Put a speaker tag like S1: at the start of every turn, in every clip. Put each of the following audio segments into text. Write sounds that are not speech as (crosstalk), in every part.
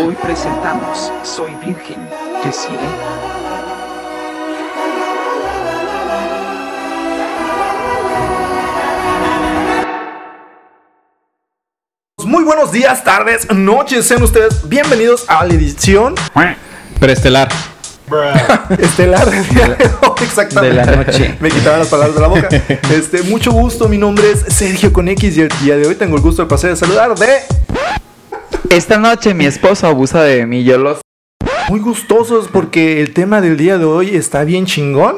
S1: Hoy presentamos Soy Virgen, Decide.
S2: Muy buenos días, tardes, noches, sean ustedes bienvenidos a la edición
S3: Prestelar.
S2: estelar del día de hoy, exactamente.
S3: De la noche.
S2: (laughs) Me quitaban las palabras de la
S3: (laughs)
S2: boca. Este, mucho gusto, mi nombre es Sergio con X y el día de hoy tengo el gusto de placer de saludar de
S3: Esta noche mi esposo abusa de mí, yo los...
S2: muy gustosos porque el tema del día de hoy está bien chingón,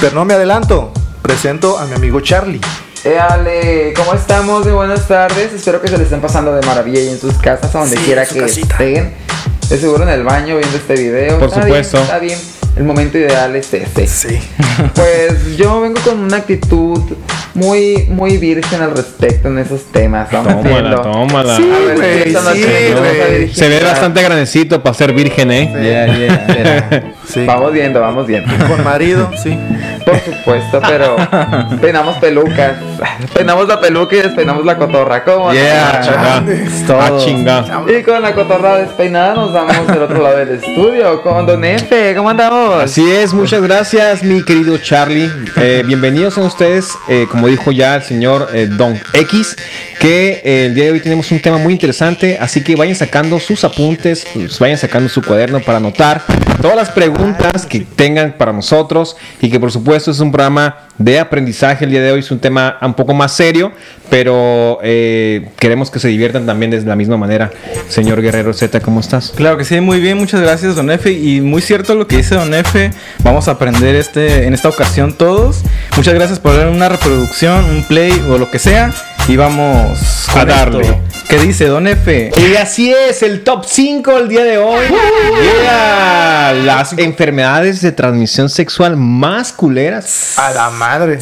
S2: pero no me adelanto. Presento a mi amigo Charlie.
S3: Eh, ale, ¿cómo estamos? Muy buenas tardes. Espero que se le estén pasando de maravilla y en sus casas, a donde
S2: Sí,
S3: quiera
S2: en su
S3: que
S2: casita.
S3: estén. De seguro en el baño viendo este video.
S4: Por
S3: Está
S4: supuesto.
S3: Bien, está bien. El momento ideal es
S4: (laughs)
S3: este. (laughs)
S2: Sí.
S3: Pues yo vengo con una actitud muy, muy virgen al respecto en esos temas. Vamos
S4: Tómala,
S3: viendo.
S4: tómala.
S2: Sí,
S3: A ver,
S2: güey,
S3: esta noche
S2: sí,
S3: nos vamos a
S2: güey.
S3: dirigir
S4: Se ve
S3: a-
S4: bastante grandecito para ser virgen, ¿eh?
S2: Sí.
S3: Vamos viendo, vamos viendo.
S2: Con marido,
S3: (laughs)
S2: sí.
S3: Por supuesto,
S4: (laughs)
S3: pero peinamos pelucas. Peinamos la peluca y despeinamos la cotorra. ¿Cómo? no?
S4: Yeah. Ah, chinga.
S3: Y con la cotorra despeinada nos vamos del otro lado del estudio con Don Efe. ¿Cómo andamos?
S4: Así es, muchas gracias, mi querido Charlie. Eh, bienvenidos a ustedes, eh, como dijo ya el señor eh, Don X, que eh, el día de hoy tenemos un tema muy interesante, así que vayan sacando sus apuntes, pues, vayan sacando su cuaderno para anotar todas las preguntas que tengan para nosotros y que por supuesto es un programa de aprendizaje. El día de hoy es un tema un poco más serio, pero eh, queremos que se diviertan también de la misma manera. Señor Guerrero Z, ¿cómo estás?
S5: Claro que sí, muy bien, muchas gracias Don Efe y muy cierto lo que dice Don Efe, vamos a aprender este, en esta ocasión todos, muchas gracias por darle una reproducción, un play o lo que sea y vamos
S4: A
S5: con
S4: darle.
S5: esto. ¿Qué dice Don Efe?
S4: Y así es, el top 5 el día de hoy. Llega las enfermedades de transmisión sexual más culeras.
S2: A la madre.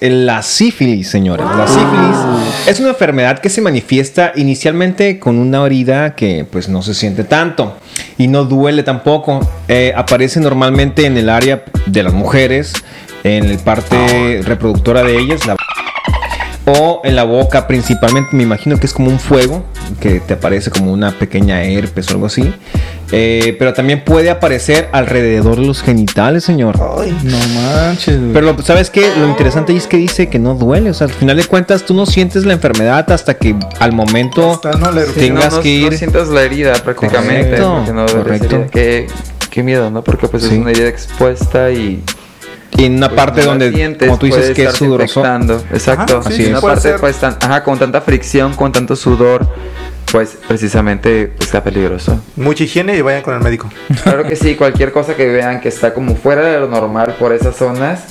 S4: La sífilis, señores. La sífilis es una enfermedad que se manifiesta inicialmente con una herida que pues no se siente tanto y no duele tampoco. Eh, aparece normalmente en el área de las mujeres, en la parte reproductora de ellas, la O en la boca principalmente, me imagino que es como un fuego, que te aparece como una pequeña herpes o algo así. Eh, pero también puede aparecer alrededor de los genitales, señor.
S5: No manches, güey.
S4: Pero lo- sabes que lo interesante es que dice que no duele. O sea, al final de cuentas tú no sientes la enfermedad hasta que al momento
S2: Hasta no le-
S3: Sí, no,
S4: tengas
S3: no-
S4: que ir.
S3: No sientas la herida prácticamente.
S4: Correcto,
S3: porque no duele esa
S4: correcto.
S3: herida. Qué, qué miedo, ¿no? Porque pues es
S4: Sí.
S3: una herida expuesta y...
S4: y en una
S3: pues,
S4: parte
S3: no la
S4: donde,
S3: sientes,
S4: como tú dices,
S3: puede
S4: que es
S3: estarse
S4: sudoroso.
S3: infectando. Exacto.
S2: Ajá,
S4: sí, Así sí,
S3: una
S2: puede
S3: parte
S2: ser.
S3: pues tan- ajá, con tanta fricción, con tanto sudor, pues precisamente está peligroso.
S2: Mucha higiene y vayan con el médico.
S3: Claro que sí, cualquier cosa que vean que está como fuera de lo normal por esas zonas,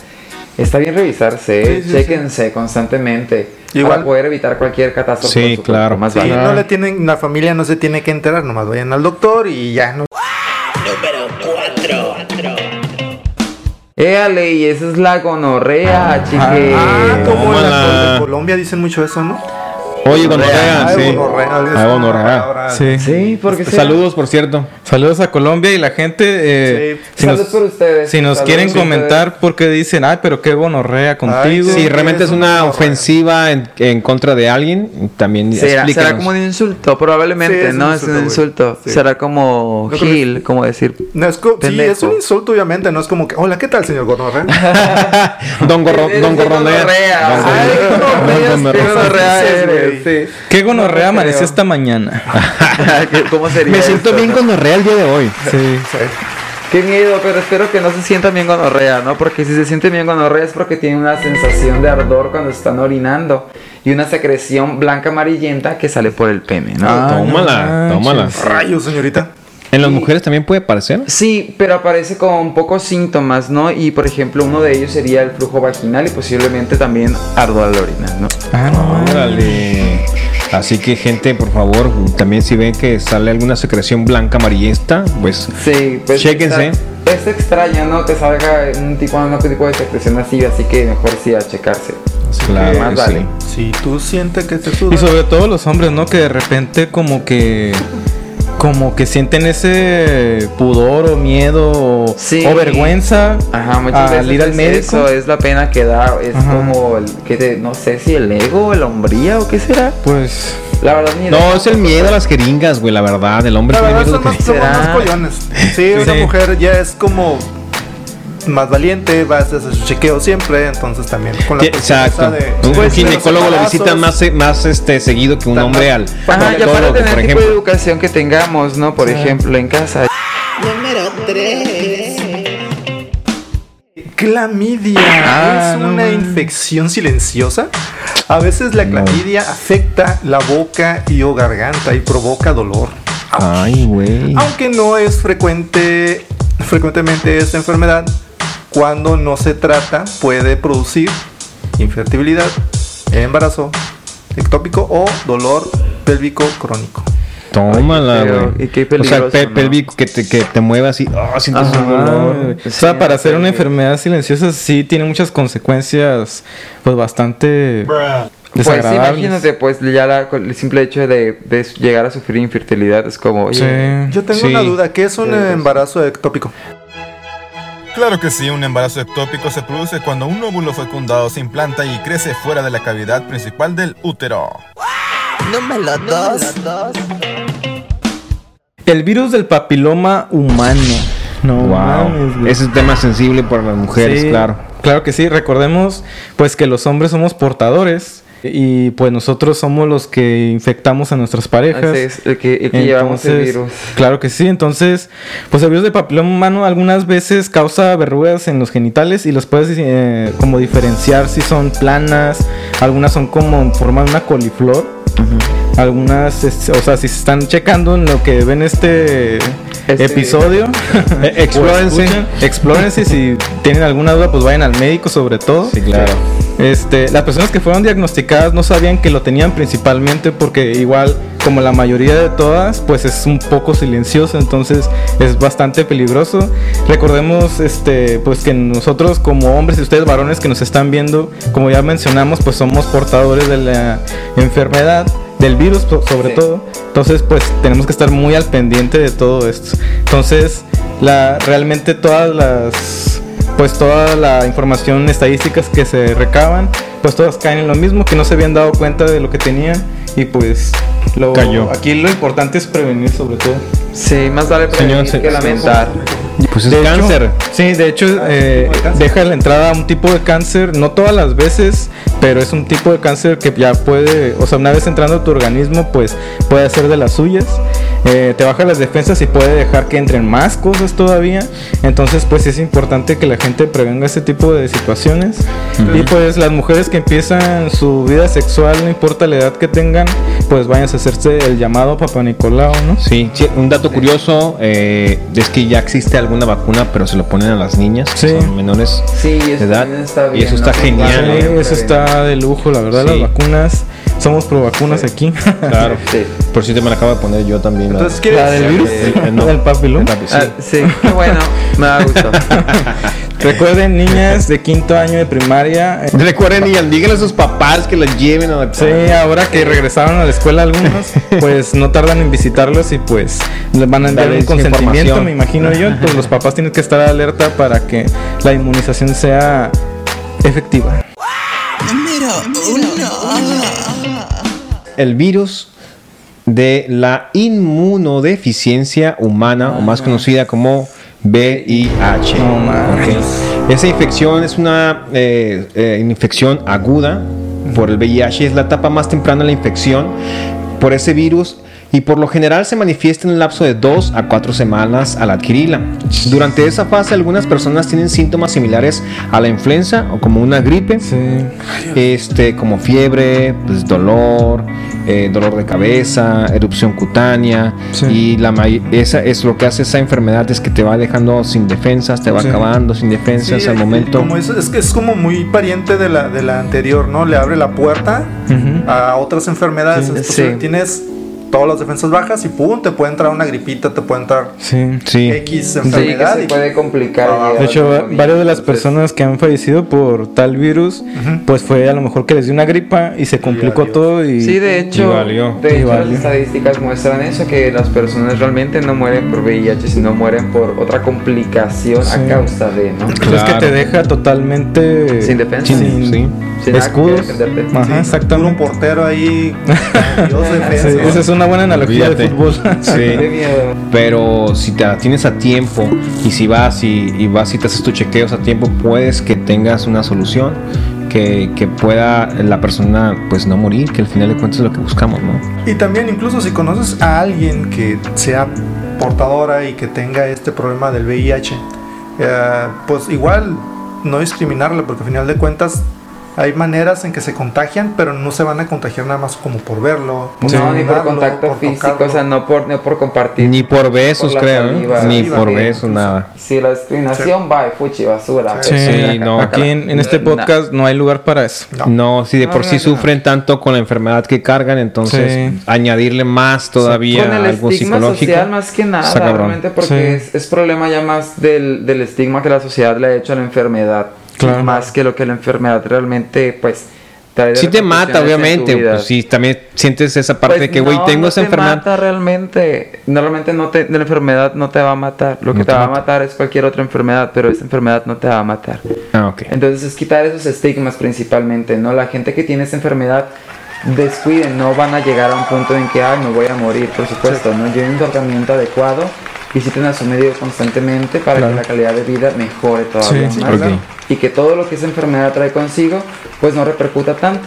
S3: está bien revisarse, ¿eh?
S2: Sí, sí,
S3: chéquense constantemente
S2: Igual-
S3: para poder evitar cualquier catástrofe.
S4: Sí,
S3: en su cuerpo,
S4: claro.
S3: Más
S2: Sí,
S3: vale.
S2: no le tienen, la familia no se tiene que enterar, nomás vayan al doctor y ya no.
S3: Éale, y esa es la gonorrea, chique.
S2: Ah, como en, la-
S4: tómala.
S2: en Colombia dicen mucho eso, ¿no?
S4: Oye, gonorrea,
S2: Ah,
S4: sí.
S2: gonorrea, es
S4: Ah,
S2: una
S4: gonorrea.
S2: palabra.
S5: Sí.
S3: Sí, porque sí.
S4: Saludos, por cierto.
S5: Saludos a Colombia y la gente. eh,
S2: Sí.
S5: si
S3: Salud
S5: nos,
S3: por ustedes.
S5: Si nos
S3: Salud
S5: quieren
S3: por
S5: comentar por qué dicen, ay, pero qué bonorrea contigo.
S2: Ay,
S4: Si
S2: sí.
S4: realmente es
S2: Eres un
S4: una
S2: gonorrea.
S4: ofensiva en, en contra de alguien, también
S3: Será, será
S4: explícanos.
S3: como un insulto, probablemente,
S2: Sí, es un
S3: ¿no? es un
S2: insulto, güey.
S3: insulto.
S2: Sí.
S3: Será como
S2: No creo que-
S3: Gil, como decir.
S2: No, es co- sí,
S3: Pendejo.
S2: es un insulto, obviamente, no es como que, hola, ¿qué tal, señor Gonorrea?
S4: (laughs) Don Gorro,
S3: Eres
S4: Don
S3: de
S4: Gorronea.
S3: gonorrea.
S4: Don
S3: Ay,
S4: Gorronea.
S3: gonorrea,
S4: Don
S3: qué
S4: Gorronea.
S3: gonorrea
S2: Sí,
S3: eres,
S2: güey.
S3: sí.
S5: ¿Qué gonorrea
S3: No te
S5: amaneció
S3: creo.
S5: esta mañana?
S3: (laughs) ¿Cómo sería?
S4: Me siento
S3: esto,
S4: bien
S3: no?
S4: gonorrea el día de hoy.
S5: sí.
S3: Qué miedo, pero espero que no se sientan bien gonorrea, ¿no? Porque si se sienten bien gonorrea es porque tienen una sensación de ardor cuando están orinando y una secreción blanca amarillenta que sale por el pene, ¿no?
S5: Ah, no
S4: Tómala,
S5: manches.
S4: tómala.
S2: Rayos, señorita.
S4: ¿En las mujeres también puede aparecer?
S3: Sí, pero aparece con pocos síntomas, ¿no? Y por ejemplo, uno de ellos sería el flujo vaginal y posiblemente también ardor al orinar, ¿no?
S5: Ah, no.
S4: Órale. Así que gente, por favor, también si ven que sale alguna secreción blanca amarillenta, pues
S3: Sí, pues.
S4: Chéquense.
S3: está- es extraño, ¿no? Que salga un tipo, un tipo de secreción así, así que mejor sí a checarse.
S4: claro,
S3: más
S4: que
S3: vale.
S4: sí.
S2: Si tú sientes que te suda.
S5: Y sobre todo los hombres, ¿no? Que de repente como que como que sienten ese pudor o miedo o o,
S3: Sí.
S5: o vergüenza
S3: Ajá, muchas
S5: Ah, al
S3: veces
S5: ir al
S3: es
S5: médico.
S3: eso es la pena que da, es
S5: Ajá.
S3: como el que te- no sé si el ego, el hombría o qué será.
S5: Pues
S3: La verdad ni idea.
S4: No, es el miedo a las jeringas, güey, la verdad. El hombre
S2: La
S4: tiene
S2: verdad
S4: miedo a
S2: son
S4: lo que-
S2: más, somos más
S3: Será.
S2: pollones. Sí, una
S5: Sí.
S2: mujer ya es como más valiente, va a hacer su chequeo siempre, entonces también con la
S4: Sí, Exacto.
S2: esa de-
S4: un
S2: pues, de los
S4: ginecólogo lo visita
S2: embarazos.
S4: más, eh, más este, seguido que un
S2: Tan-
S4: hombre al
S3: Ajá, ya para
S4: proctólogo,
S3: tener
S4: por
S3: el tipo
S4: ejemplo.
S3: de educación que tengamos, ¿no? Por ejemplo, en casa.
S6: Número 3.
S2: Clamidia
S5: Ah,
S2: es
S5: no
S2: una
S5: mames.
S2: infección silenciosa. A veces la clamidia afecta la boca y o garganta y provoca dolor.
S4: Ay, güey.
S2: Aunque no es frecuente frecuentemente esta enfermedad, cuando no se trata puede producir infertilidad, embarazo ectópico o dolor pélvico crónico.
S4: Tómala,
S3: Ay, qué feo.
S4: güey.
S3: Y qué
S4: o sea,
S3: peligroso,
S4: pe-
S3: ¿no?
S4: pélvico que te, que te mueva así. Ah, sientes
S3: Ajá.
S4: un dolor.
S5: o sea, para ser una enfermedad silenciosa sí tiene muchas consecuencias pues bastante
S3: Pues sí,
S5: desagradables.
S3: imagínate, pues ya la- con el simple hecho de, de llegar a sufrir infertilidad es como, oye,
S5: Sí. Eh,
S2: Yo tengo
S4: Sí.
S2: una duda, ¿qué es un embarazo ectópico?
S7: Claro que sí, un embarazo ectópico se produce cuando un óvulo fecundado se implanta y crece fuera de la cavidad principal del útero.
S6: Número 2.
S5: El virus del papiloma humano. No mames,
S4: Wow.
S5: güey.
S4: Ese es un tema sensible para las mujeres,
S5: Sí,
S4: claro.
S5: Claro que sí, recordemos pues que los hombres somos portadores y pues nosotros somos los que infectamos a nuestras parejas.
S3: así es, el que, el que llevamos el
S5: Entonces,
S3: virus.
S5: Claro que sí, entonces, pues el virus de papiloma humano algunas veces causa verrugas en los genitales y los puedes eh, como diferenciar si son planas, algunas son como en forma de una coliflor, algunas, es- o sea, si se están checando en lo que ven este,
S3: Este-
S5: episodio,
S4: Eh, explórense.
S5: (laughs) o escuchen, explórense, si tienen alguna duda, pues vayan al médico sobre todo.
S4: Sí, claro.
S5: Este, las personas que fueron diagnosticadas no sabían que lo tenían principalmente porque igual como la mayoría de todas, pues es un poco silencioso, entonces es bastante peligroso. Recordemos este pues que nosotros como hombres y ustedes varones que nos están viendo, como ya mencionamos, pues somos portadores de la enfermedad del virus so- sobre
S3: Sí.
S5: todo. Entonces, pues tenemos que estar muy al pendiente de todo esto. Entonces, la realmente todas las pues toda la información estadísticas que se recaban, pues todas caen en lo mismo, que no se habían dado cuenta de lo que tenían y pues lo,
S4: Cayó.
S5: aquí lo importante es prevenir sobre todo.
S3: Sí, más vale prevenir
S4: Señor, se-
S3: que lamentar.
S4: Pues es
S5: hecho-
S4: cáncer.
S5: sí, de hecho eh,
S2: Ah, tipo de cáncer.
S5: deja la entrada a un tipo de cáncer, no todas las veces, pero es un tipo de cáncer que ya puede, o sea, una vez entrando a tu organismo, pues puede hacer de las suyas. Eh, te baja las defensas y puede dejar que entren más cosas todavía. Entonces, pues es importante que la gente prevenga este tipo de situaciones. Y pues las mujeres que empiezan su vida sexual, no importa la edad que tengan, pues vayan a hacerse el llamado Papá Nicolau, ¿no?
S4: Sí, sí, un dato curioso eh, es que ya existe alguna vacuna, pero se lo ponen a las niñas, que
S5: Sí.
S4: son (laughs) menores.
S3: Sí, eso
S4: Edad,
S3: también está
S4: y
S3: bien.
S4: eso está
S3: ¿no? Pues,
S4: genial,
S5: Ah, Sí,
S4: ¿no?
S3: Prevenir.
S5: eso está de lujo, la verdad,
S4: Sí.
S5: las vacunas. Somos pro vacunas
S3: Sí.
S5: aquí.
S4: Claro.
S3: Sí.
S4: Por si te me la acabo de poner yo también. la-
S2: Entonces,
S5: La
S2: ¿quieres
S5: del virus,
S4: (laughs) Eh, no.
S5: del papilón.
S4: El papi, sí.
S3: Ah, sí, qué bueno, me da gusto.
S4: (laughs)
S5: Recuerden, niñas de quinto año de primaria. eh,
S4: Recuerden, y díganle a sus papás que los lleven a la
S5: Sí, ahora que regresaron a la
S4: (laughs)
S5: escuela algunos, pues no tardan en visitarlos y pues les van a enviar
S4: Darles
S5: un consentimiento,
S4: información.
S5: me imagino yo. Entonces los papás tienen que estar alerta para que la inmunización sea efectiva.
S6: Número 1.
S4: el virus de la inmunodeficiencia humana, o más conocida como VIH.
S5: No mames.
S4: Ok. Esa infección es una eh, eh, infección aguda por el VIH, es la etapa más temprana de la infección por ese virus y por lo general se manifiesta en un lapso de 2 a 4 semanas al adquirirla. Durante esa fase algunas personas tienen síntomas similares a la influenza o como una gripe, este, como fiebre, pues, dolor, eh, dolor de cabeza, erupción cutánea.
S5: Sí.
S4: Y la may- esa es lo que hace esa enfermedad es que te va dejando sin defensas, te va
S5: Sí.
S4: acabando sin
S2: Sí,
S4: defensas al
S2: eh,
S4: momento.
S2: como eso, es que es como muy pariente de la, de la anterior, ¿no? Le abre la puerta
S5: Ujú.
S2: a otras enfermedades.
S3: Sí,
S2: Entonces,
S3: sí.
S2: Tienes todas las defensas bajas y pum, te puede entrar una gripita, te puede entrar
S5: Sí.
S4: Sí.
S2: X
S3: Sí, que
S2: enfermedad.
S3: se
S2: y-
S3: puede complicar.
S2: Ah,
S5: De hecho, va- varias de las
S3: Entonces,
S5: personas que han fallecido por tal virus, pues fue a lo mejor que les dio una gripa y se complicó
S2: adiós.
S5: todo y...
S3: Sí, de hecho,
S4: valió.
S5: Y
S3: de hecho las
S5: valió.
S3: estadísticas muestran eso, que las personas realmente no mueren por VIH, sino mueren por otra complicación
S5: Sí.
S3: a causa de, ¿no?
S5: Pues Es que te
S4: Claro.
S5: deja totalmente...
S3: Sin defensa.
S5: Sin,
S4: Sí.
S3: Sin nada que pues.
S5: escudos.
S3: defenderte.
S5: Ajá,
S2: Sí, puro
S5: exactamente.
S2: Un portero ahí. Dios defensa.
S5: Sí, esa es una buena analogía de
S4: Olvídate.
S5: fútbol.
S2: (laughs)
S3: Qué
S4: Sí.
S3: miedo.
S4: Pero si te tienes a tiempo y si vas y, y vas y te haces tus chequeos a tiempo, puedes que tengas una solución que, que pueda la persona pues no morir, que al final de cuentas es lo que buscamos, ¿no?
S2: Y también incluso si conoces a alguien que sea portadora y que tenga este problema del VIH, eh, pues igual no discriminarle porque al final de cuentas hay maneras en que se contagian, pero no se van a contagiar nada más como por verlo. por
S3: No, ni por
S2: saludarlo,
S3: contacto
S2: por
S3: físico,
S2: tocarlo.
S3: o sea, no por, no por compartir.
S4: Ni por besos,
S3: Por la
S4: creo, ¿eh?
S3: saliva,
S4: ni
S2: saliva,
S4: por
S3: sí.
S4: besos, nada.
S3: Si la discriminación va, fuchi, basura.
S5: (laughs)
S2: Sí,
S4: Sí, no.
S5: Aquí en, en este
S3: No.
S5: podcast no hay lugar para eso.
S2: No.
S4: No, si de
S3: No,
S4: por
S3: no,
S4: sí
S3: no.
S4: sufren tanto con la enfermedad que cargan, entonces
S5: Sí.
S4: añadirle más todavía
S3: Con el
S4: algo
S3: estigma
S4: psicológico.
S3: social más que nada,
S4: está cabrón.
S3: realmente, porque
S5: Sí.
S3: es, es problema ya más del, del estigma que la sociedad le ha hecho a la enfermedad.
S5: Claro.
S3: Más que lo que la enfermedad realmente, pues, trae de
S4: Sí te mata,
S3: repercusiones en tu
S4: obviamente.
S3: vida.
S4: Pues sí, también sientes esa parte
S3: Pues
S4: de que, güey,
S3: no,
S4: tengo
S3: no
S4: esa
S3: te
S4: enfermedad.
S3: mata realmente. Normalmente no te, la enfermedad no te va a matar. Lo que
S4: No
S3: te,
S4: te
S3: va a
S4: mata.
S3: matar es cualquier otra enfermedad, pero esta enfermedad no te va a matar.
S4: Ah, ok.
S3: Entonces es quitar esos estigmas principalmente, ¿no? La gente que tiene esa enfermedad, descuiden, no van a llegar a un punto en que, ay, me voy a morir, por supuesto, ¿no? Lleven un tratamiento adecuado, visiten a su médico constantemente para
S5: Claro.
S3: que la calidad de vida mejore todavía
S5: Sí,
S3: más.
S4: ok.
S3: Y que todo lo que esa enfermedad trae consigo, pues no repercuta tanto.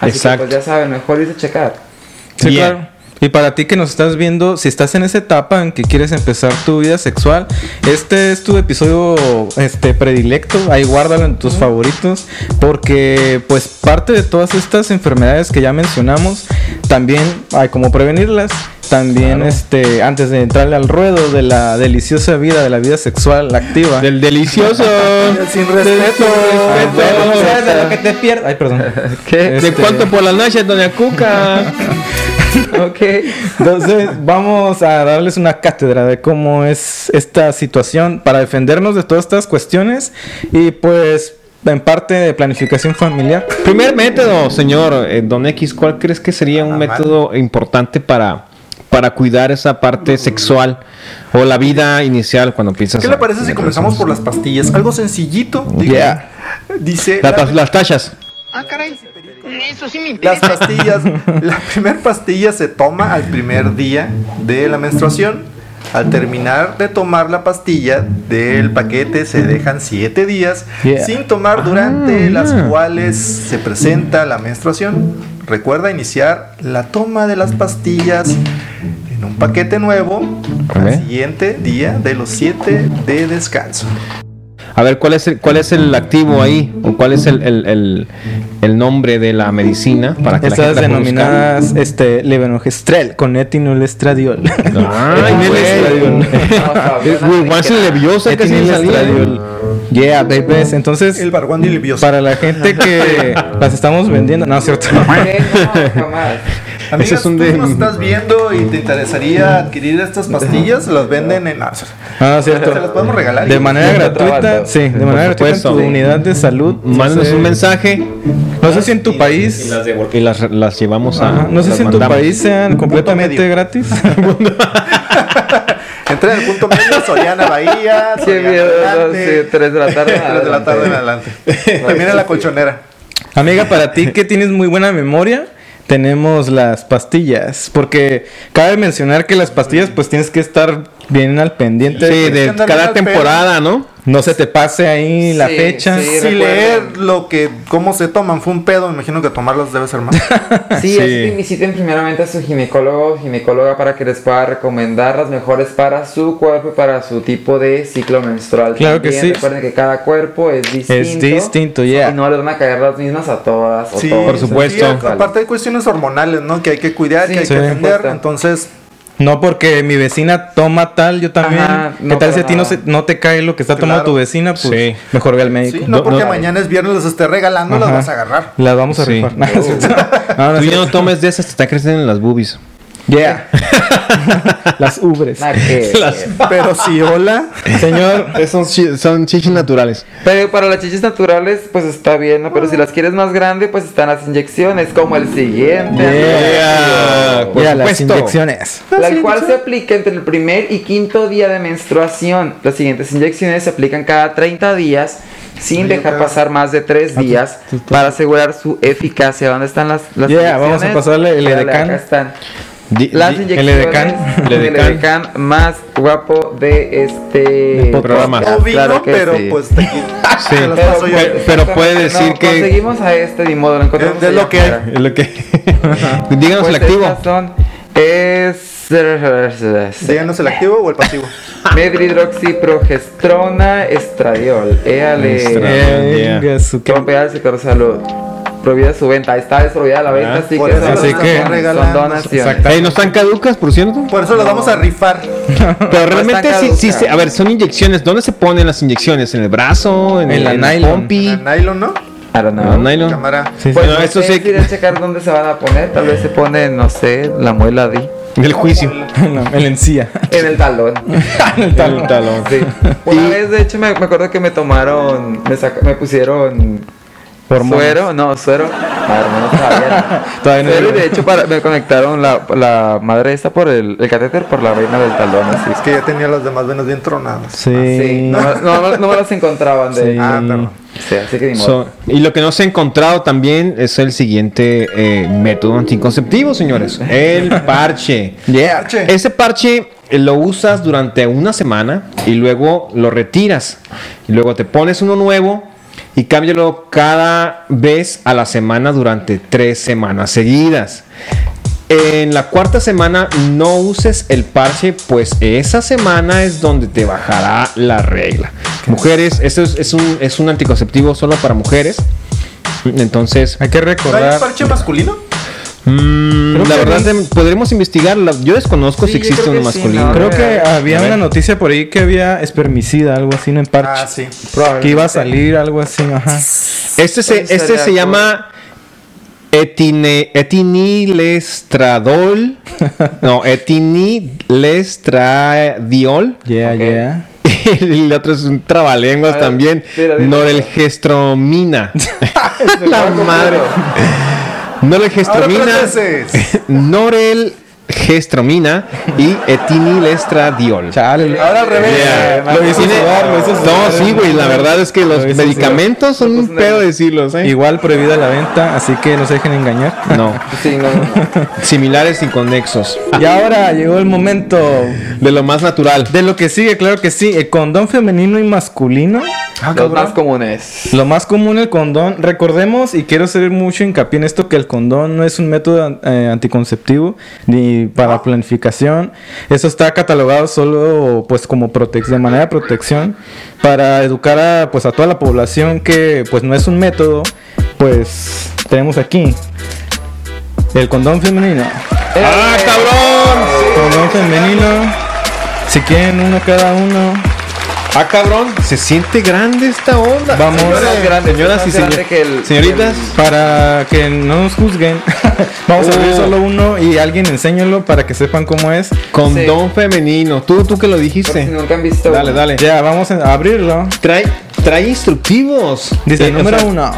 S3: Así
S4: Exacto.
S3: que pues ya saben, mejor irse a checar.
S5: Sí,
S4: Bien.
S5: claro. Y para ti que nos estás viendo, si estás en esa etapa en que quieres empezar tu vida sexual, este es tu episodio este predilecto, ahí guárdalo en tus favoritos, porque pues parte de todas estas enfermedades que ya mencionamos, también hay como prevenirlas, también este antes de entrarle al ruedo de la deliciosa vida, de la vida sexual activa.
S4: Del
S3: (laughs)
S4: delicioso.
S2: Sin respeto.
S5: Ah, bueno,
S4: respeto.
S5: sabes de lo que te pierdes. Ay, perdón.
S3: (laughs) ¿Qué?
S5: Este-
S4: ¿De cuánto por la noche, doña Cuca?
S3: ok.
S5: Entonces, vamos a darles una cátedra de cómo es esta situación para defendernos de todas estas cuestiones y pues en parte de planificación familiar.
S4: Primer método, señor eh, Don X, ¿cuál crees que sería un
S2: Ah,
S4: método importante para, para cuidar esa parte sexual o la vida inicial cuando piensas?
S2: ¿Qué le parece si comenzamos por las pastillas? Algo sencillito. digo.
S4: Yeah.
S2: Dice
S4: La
S2: la-
S4: tas- las tachas?
S6: Ah, caray. Eso sí me
S2: Las
S6: interesa.
S2: pastillas,
S4: (laughs)
S2: la primer pastilla se toma al primer día de la menstruación. Al terminar de tomar la pastilla del paquete se dejan 7 días
S5: Yeah.
S2: sin tomar durante
S4: Ah,
S2: las
S4: yeah.
S2: cuales se presenta la menstruación. Recuerda iniciar la toma de las pastillas en un paquete nuevo al
S4: Ok.
S2: siguiente día de los 7 de descanso.
S4: A ver, ¿cuál es el, cuál es el activo ahí? ¿O cuál es el, el, el- el nombre de la medicina? Para que la gente
S5: Estas
S4: la pueda
S5: denominadas este levenogestrel con E etinol-estradiol. (laughs)
S4: buscar? Ay,
S5: Etinol-estradiol.
S4: (laughs) güey. Ah, Güey, once leviosa que sí salía.
S5: Etinol-estradiol. Yeah, babies. pues, Entonces,
S2: El barguán dilibioso.
S5: para la gente (laughs) que las estamos vendiendo, (laughs) no es cierto.
S3: ¿Qué? No, jamás.
S2: Amigas,
S4: Ese es un
S2: tú
S4: de-
S2: nos estás viendo y te interesaría adquirir estas pastillas, las venden en... ah,
S5: No, es
S2: Se las
S5: cierto.
S2: podemos regalar.
S5: De manera
S3: Sí,
S5: gratuita,
S3: contrabando.
S5: sí, de
S4: Por
S5: manera gratuita en tu
S4: supuesto.
S5: unidad de salud.
S4: Mándanos
S5: Sí.
S4: un mensaje
S5: No sé si en tu país.
S4: y las, las llevamos a.
S5: Ajá, No sé
S4: las
S5: si en tu
S4: mandamos.
S5: país sean completamente
S2: medio.
S5: gratis.
S4: (laughs)
S2: Entra en el punto medio, Soriana Bahía,
S3: Qué
S2: Soriana
S3: miedo,
S2: Adelante,
S3: sí, tres de la tarde.
S2: (laughs) tres de la tarde en adelante. También en la colchonera.
S5: Amiga, para ti que tienes muy buena memoria, tenemos las pastillas. Porque cabe mencionar que las pastillas, pues tienes que estar bien al pendiente.
S4: Sí,
S5: de que
S4: de
S2: andar bien
S4: cada
S2: al pedo.
S4: temporada, ¿no?
S5: No se te pase ahí la
S3: Sí,
S5: fecha.
S3: sí.
S2: Si
S3: recuerden.
S2: leer lo que, cómo se toman, fue un pedo, me imagino que tomarlas debe ser más.
S3: Sí,
S4: Sí.
S3: así que visiten primeramente a su ginecólogo o ginecóloga para que les pueda recomendar las mejores para su cuerpo y para su tipo de ciclo menstrual.
S5: Claro que
S3: También
S5: sí.
S3: Recuerden que cada cuerpo es distinto.
S5: Es distinto, ya.
S3: Y no les van a caer las mismas a todas. o
S2: Sí,
S3: todos.
S4: por supuesto.
S2: sí, aparte hay cuestiones hormonales, ¿no? Que hay que cuidar,
S3: Sí,
S2: que hay
S5: sí.
S2: que atender.
S3: Supuesto.
S2: Entonces,
S5: No porque mi vecina toma tal, yo también.
S3: Ajá,
S5: ¿Qué
S3: no
S5: tal si a
S3: para
S5: ti no,
S3: nada.
S5: se- no te cae lo que está tomando
S2: Claro.
S5: tu vecina? Pues
S4: Sí.
S5: mejor ve al
S2: sí,
S5: médico.
S2: no porque
S4: no.
S2: mañana es viernes, las esté regalando, las
S5: Ajá.
S2: vas a agarrar.
S5: Las vamos a
S4: Sí.
S5: rifar. (laughs) No, no
S4: Tú
S5: es
S4: ya
S5: cierto.
S4: no tomes de esas, te está creciendo en las boobies.
S5: Yeah. Las ubres.
S3: Nada que ver.
S2: Pero si hola,
S4: (laughs)
S5: Señor,
S4: Son, chi- son chichis naturales.
S3: Pero para las chichis naturales, pues está bien, ¿no? Pero si las quieres más grande, pues están las inyecciones, como el siguiente.
S4: Yeah, por
S5: ya las
S4: supuesto.
S5: inyecciones.
S4: Ah,
S3: La cual se aplica entre el primer y quinto día de menstruación. Las siguientes inyecciones se aplican cada 30 días sin dejar pasar más de
S4: Ah,
S3: 3 días para asegurar su eficacia. ¿Dónde están las, las
S5: Yeah, vamos a pasarle el
S3: Órale,
S5: edecán.
S3: acá están.
S4: Di-
S3: Las
S4: di-
S3: inyecciones
S4: edecán, el
S3: del
S4: edecán.
S3: edecán más guapo de este
S4: podcast. programa.
S2: no vino,
S3: Claro que
S2: pero
S3: sí.
S2: pues te,
S4: Sí.
S5: (laughs)
S2: te las
S3: Pero, pues,
S2: paso yo.
S4: Pero- pero puede decir que-
S3: Conseguimos a este, ni modo, lo encontramos.
S2: Es- es
S3: allá
S2: lo que hay.
S3: afuera.
S4: Es lo que. (laughs) Díganos
S3: Pues
S4: el activo.
S3: estas son- (laughs) Es.
S2: Díganos el activo o el pasivo.
S3: Medridroxiprogestrona estradiol. Éale.
S4: Estradiol.
S5: Eh,
S4: Yeah.
S5: su- (laughs) que-
S3: Rompe al sector salud. Prohibida su venta. Ahí Está desprovida la venta,
S4: Ah,
S3: así
S2: por
S3: que
S2: eso
S3: son,
S5: así
S3: son
S5: que-
S3: donaciones.
S2: regalando,
S5: exacto.
S4: Eh, no están caducas, por cierto.
S2: Por eso las vamos a rifar.
S4: Pero realmente,
S3: están
S4: sí, sí,
S3: caducas.
S4: sí, a ver, son inyecciones. ¿Dónde se ponen las inyecciones? ¿En el brazo? ¿En,
S5: En
S4: el-
S5: la
S4: en la
S5: nylon.
S4: pompi?
S2: La nylon, ¿no?
S3: I don't know.
S4: ¿En la nylon?
S2: Cámara.
S5: Sí, sí.
S3: Pues
S4: Bueno,
S3: no
S4: eso
S3: sé,
S4: sí que-
S3: iré a checar dónde se van a poner. Tal vez se pone, no sé, la muela de.
S4: Del juicio.
S5: No, en la encía.
S3: En el talón.
S4: El talón.
S3: Sí. Una vez, de hecho, me, me acuerdo que me tomaron, me, saca- me pusieron
S5: Hormonas.
S3: suero, no, suero. Madre, no, no sabía.
S4: (laughs)
S5: Todavía no
S3: Suero, y
S5: llegó.
S3: de hecho, para- me conectaron la, la madre esta por el, el catéter por la veina del talón, así. Ah,
S2: Es que ya tenía las demás venas bien tronadas.
S3: Sí,
S5: Sí.
S3: no, no, no me las encontraban de
S5: Sí.
S2: Ah, perdón.
S3: Sí, así que ni modo.
S4: So, y lo que no se ha encontrado también es el siguiente eh, método anticonceptivo, señores. El parche.
S5: Yeah.
S4: Ese parche eh, lo usas durante una semana y luego lo retiras. Y luego te pones uno nuevo y cámbialo cada vez a la semana durante tres semanas seguidas. En la cuarta semana no uses el parche, pues esa semana es donde te bajará la regla. Mujeres, esto es, es un, es un anticonceptivo solo para mujeres. Entonces,
S5: Hay que
S2: ¿No hay un
S5: recordar.
S2: parche masculino?
S4: mm,
S5: Creo
S4: la
S5: que
S4: verdad
S5: sí.
S4: em, podremos investigar. la- Yo desconozco
S3: Sí,
S4: si
S3: yo
S4: existe
S3: creo
S4: uno
S3: que sí,
S4: masculino.
S3: ¿no?
S5: Creo que
S4: A
S5: había
S4: ver.
S5: una noticia por ahí que había espermicida, algo así, no en parche.
S2: Ah, sí.
S5: Que iba a salir algo así, ajá.
S4: Este se,
S3: ¿Cuál
S4: este
S3: sería
S4: se
S3: tu-
S4: llama etine-
S5: (laughs)
S4: etinilestradol. no, etinilestradiol.
S5: Yeah,
S3: Ok.
S5: yeah.
S4: Y (laughs) el otro es un trabalenguas
S3: A ver,
S4: también.
S3: mira, dime.
S4: Norelgestromina. La madre.
S2: Ahora
S4: Norelgestromina.
S2: tres
S4: (laughs)
S3: (laughs)
S2: veces.
S4: Norelgestromina y etinilestradiol.
S5: Chale,
S3: Ahora al revés.
S4: Yeah.
S5: Lo hizo
S4: Tiene-
S5: sudar, lo hizo sudar.
S4: No, sí, güey, la verdad es que los
S5: hizo sudar.
S4: medicamentos son
S3: Lo
S4: un
S3: puso nervioso.
S4: pedo decirlos, ¿eh?
S5: Igual prohibida la venta, así que no se dejen engañar.
S4: (laughs) No.
S3: Sí, no, no,
S4: Ah,
S3: no.
S4: similares y conexos.
S5: Y ahora llegó el momento
S4: De lo más natural.
S5: de lo que sigue, claro que sí, el condón femenino y masculino.
S3: Los más comunes.
S5: Lo más común el condón, recordemos y quiero hacer mucho hincapié en esto que el condón no es un método eh, anticonceptivo ni para planificación. Eso está catalogado solo pues como protec- de manera de protección para educar a pues a toda la población que pues no es un método, pues tenemos aquí el condón femenino.
S4: ¡Ah,
S3: Eh,
S4: cabrón!
S5: Condón femenino. Si quieren uno cada uno.
S4: ¡Ah, cabrón! Se siente grande esta onda.
S5: Vamos.
S4: Señoras,
S3: Grande,
S4: señoras y
S3: más grande
S4: señor-
S3: que el-
S4: señoritas.
S5: Para que no nos juzguen, (laughs) vamos a abrir
S4: Oh.
S5: solo uno y alguien enséñelo para que sepan cómo es.
S4: Condón femenino. Tú, tú que lo
S3: Por si
S4: dijiste.
S3: nunca han visto.
S4: Dale, dale.
S5: Ya, vamos a abrirlo.
S4: Trae, trae instructivos.
S5: Dice
S4: Eh,
S5: número
S4: o (laughs) sea,
S5: uno.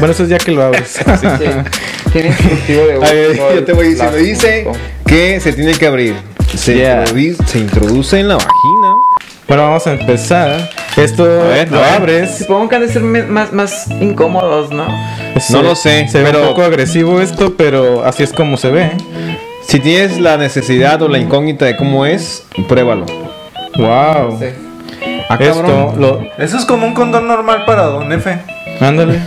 S5: Bueno, eso es ya que lo abres.
S3: Sí.
S4: (laughs)
S3: Tiene instructivo de
S4: a ver,
S3: uso,
S4: yo te voy diciendo.
S3: la-
S4: Dice que se tiene que abrir. Se,
S5: Yeah.
S4: introdu- se introduce en la vagina.
S5: bueno, vamos a empezar. Esto
S4: A ver,
S5: lo
S4: a ver.
S5: abres.
S3: Supongo que han de ser me- más, más incómodos, ¿no?
S5: Se-
S4: lo sé,
S5: Se ve
S4: pero-
S5: un poco agresivo esto, pero así es como se ve.
S4: Si tienes la necesidad o la incógnita de cómo es, pruébalo.
S5: Wow.
S3: Sí.
S4: Ah,
S5: Esto
S4: cabrón.
S5: lo.
S2: Eso es como un condón normal para Don F.
S5: Ándale.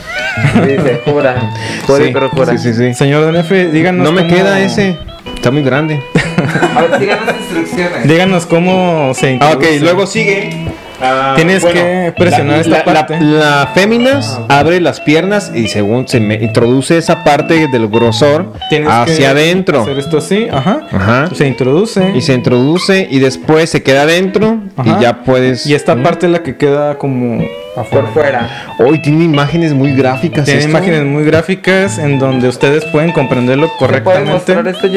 S3: Dice, jura.
S4: (laughs)
S3: Jura,
S4: Sí,
S3: pero
S4: sí,
S3: jura.
S4: sí, sí.
S5: Señor Don F, díganos.
S4: No me
S5: cómo-
S4: queda ese. Está muy grande.
S3: A ver, sigan las instrucciones.
S5: Díganos cómo se
S4: Ah, ok,
S5: introduce.
S4: luego sigue. Ah,
S5: Tienes que presionar esta
S4: la- Ah,
S5: parte.
S4: la féminas abre las piernas y según se me introduce esa parte del grosor
S5: Tienes que
S4: hacia adentro.
S5: Hacer esto así, ajá.
S3: Ah,
S4: Ajá.
S5: Se introduce.
S4: Y se introduce y después se queda adentro
S5: Ajá.
S4: y ya puedes.
S5: Y esta
S4: ¿Mm?
S5: parte es la que queda como
S3: por fuera.
S4: Hoy tiene imágenes muy gráficas.
S5: Tiene
S4: esto.
S5: imágenes muy gráficas en donde ustedes pueden comprenderlo
S3: ¿Se puede mostrar
S5: correctamente.
S3: esto en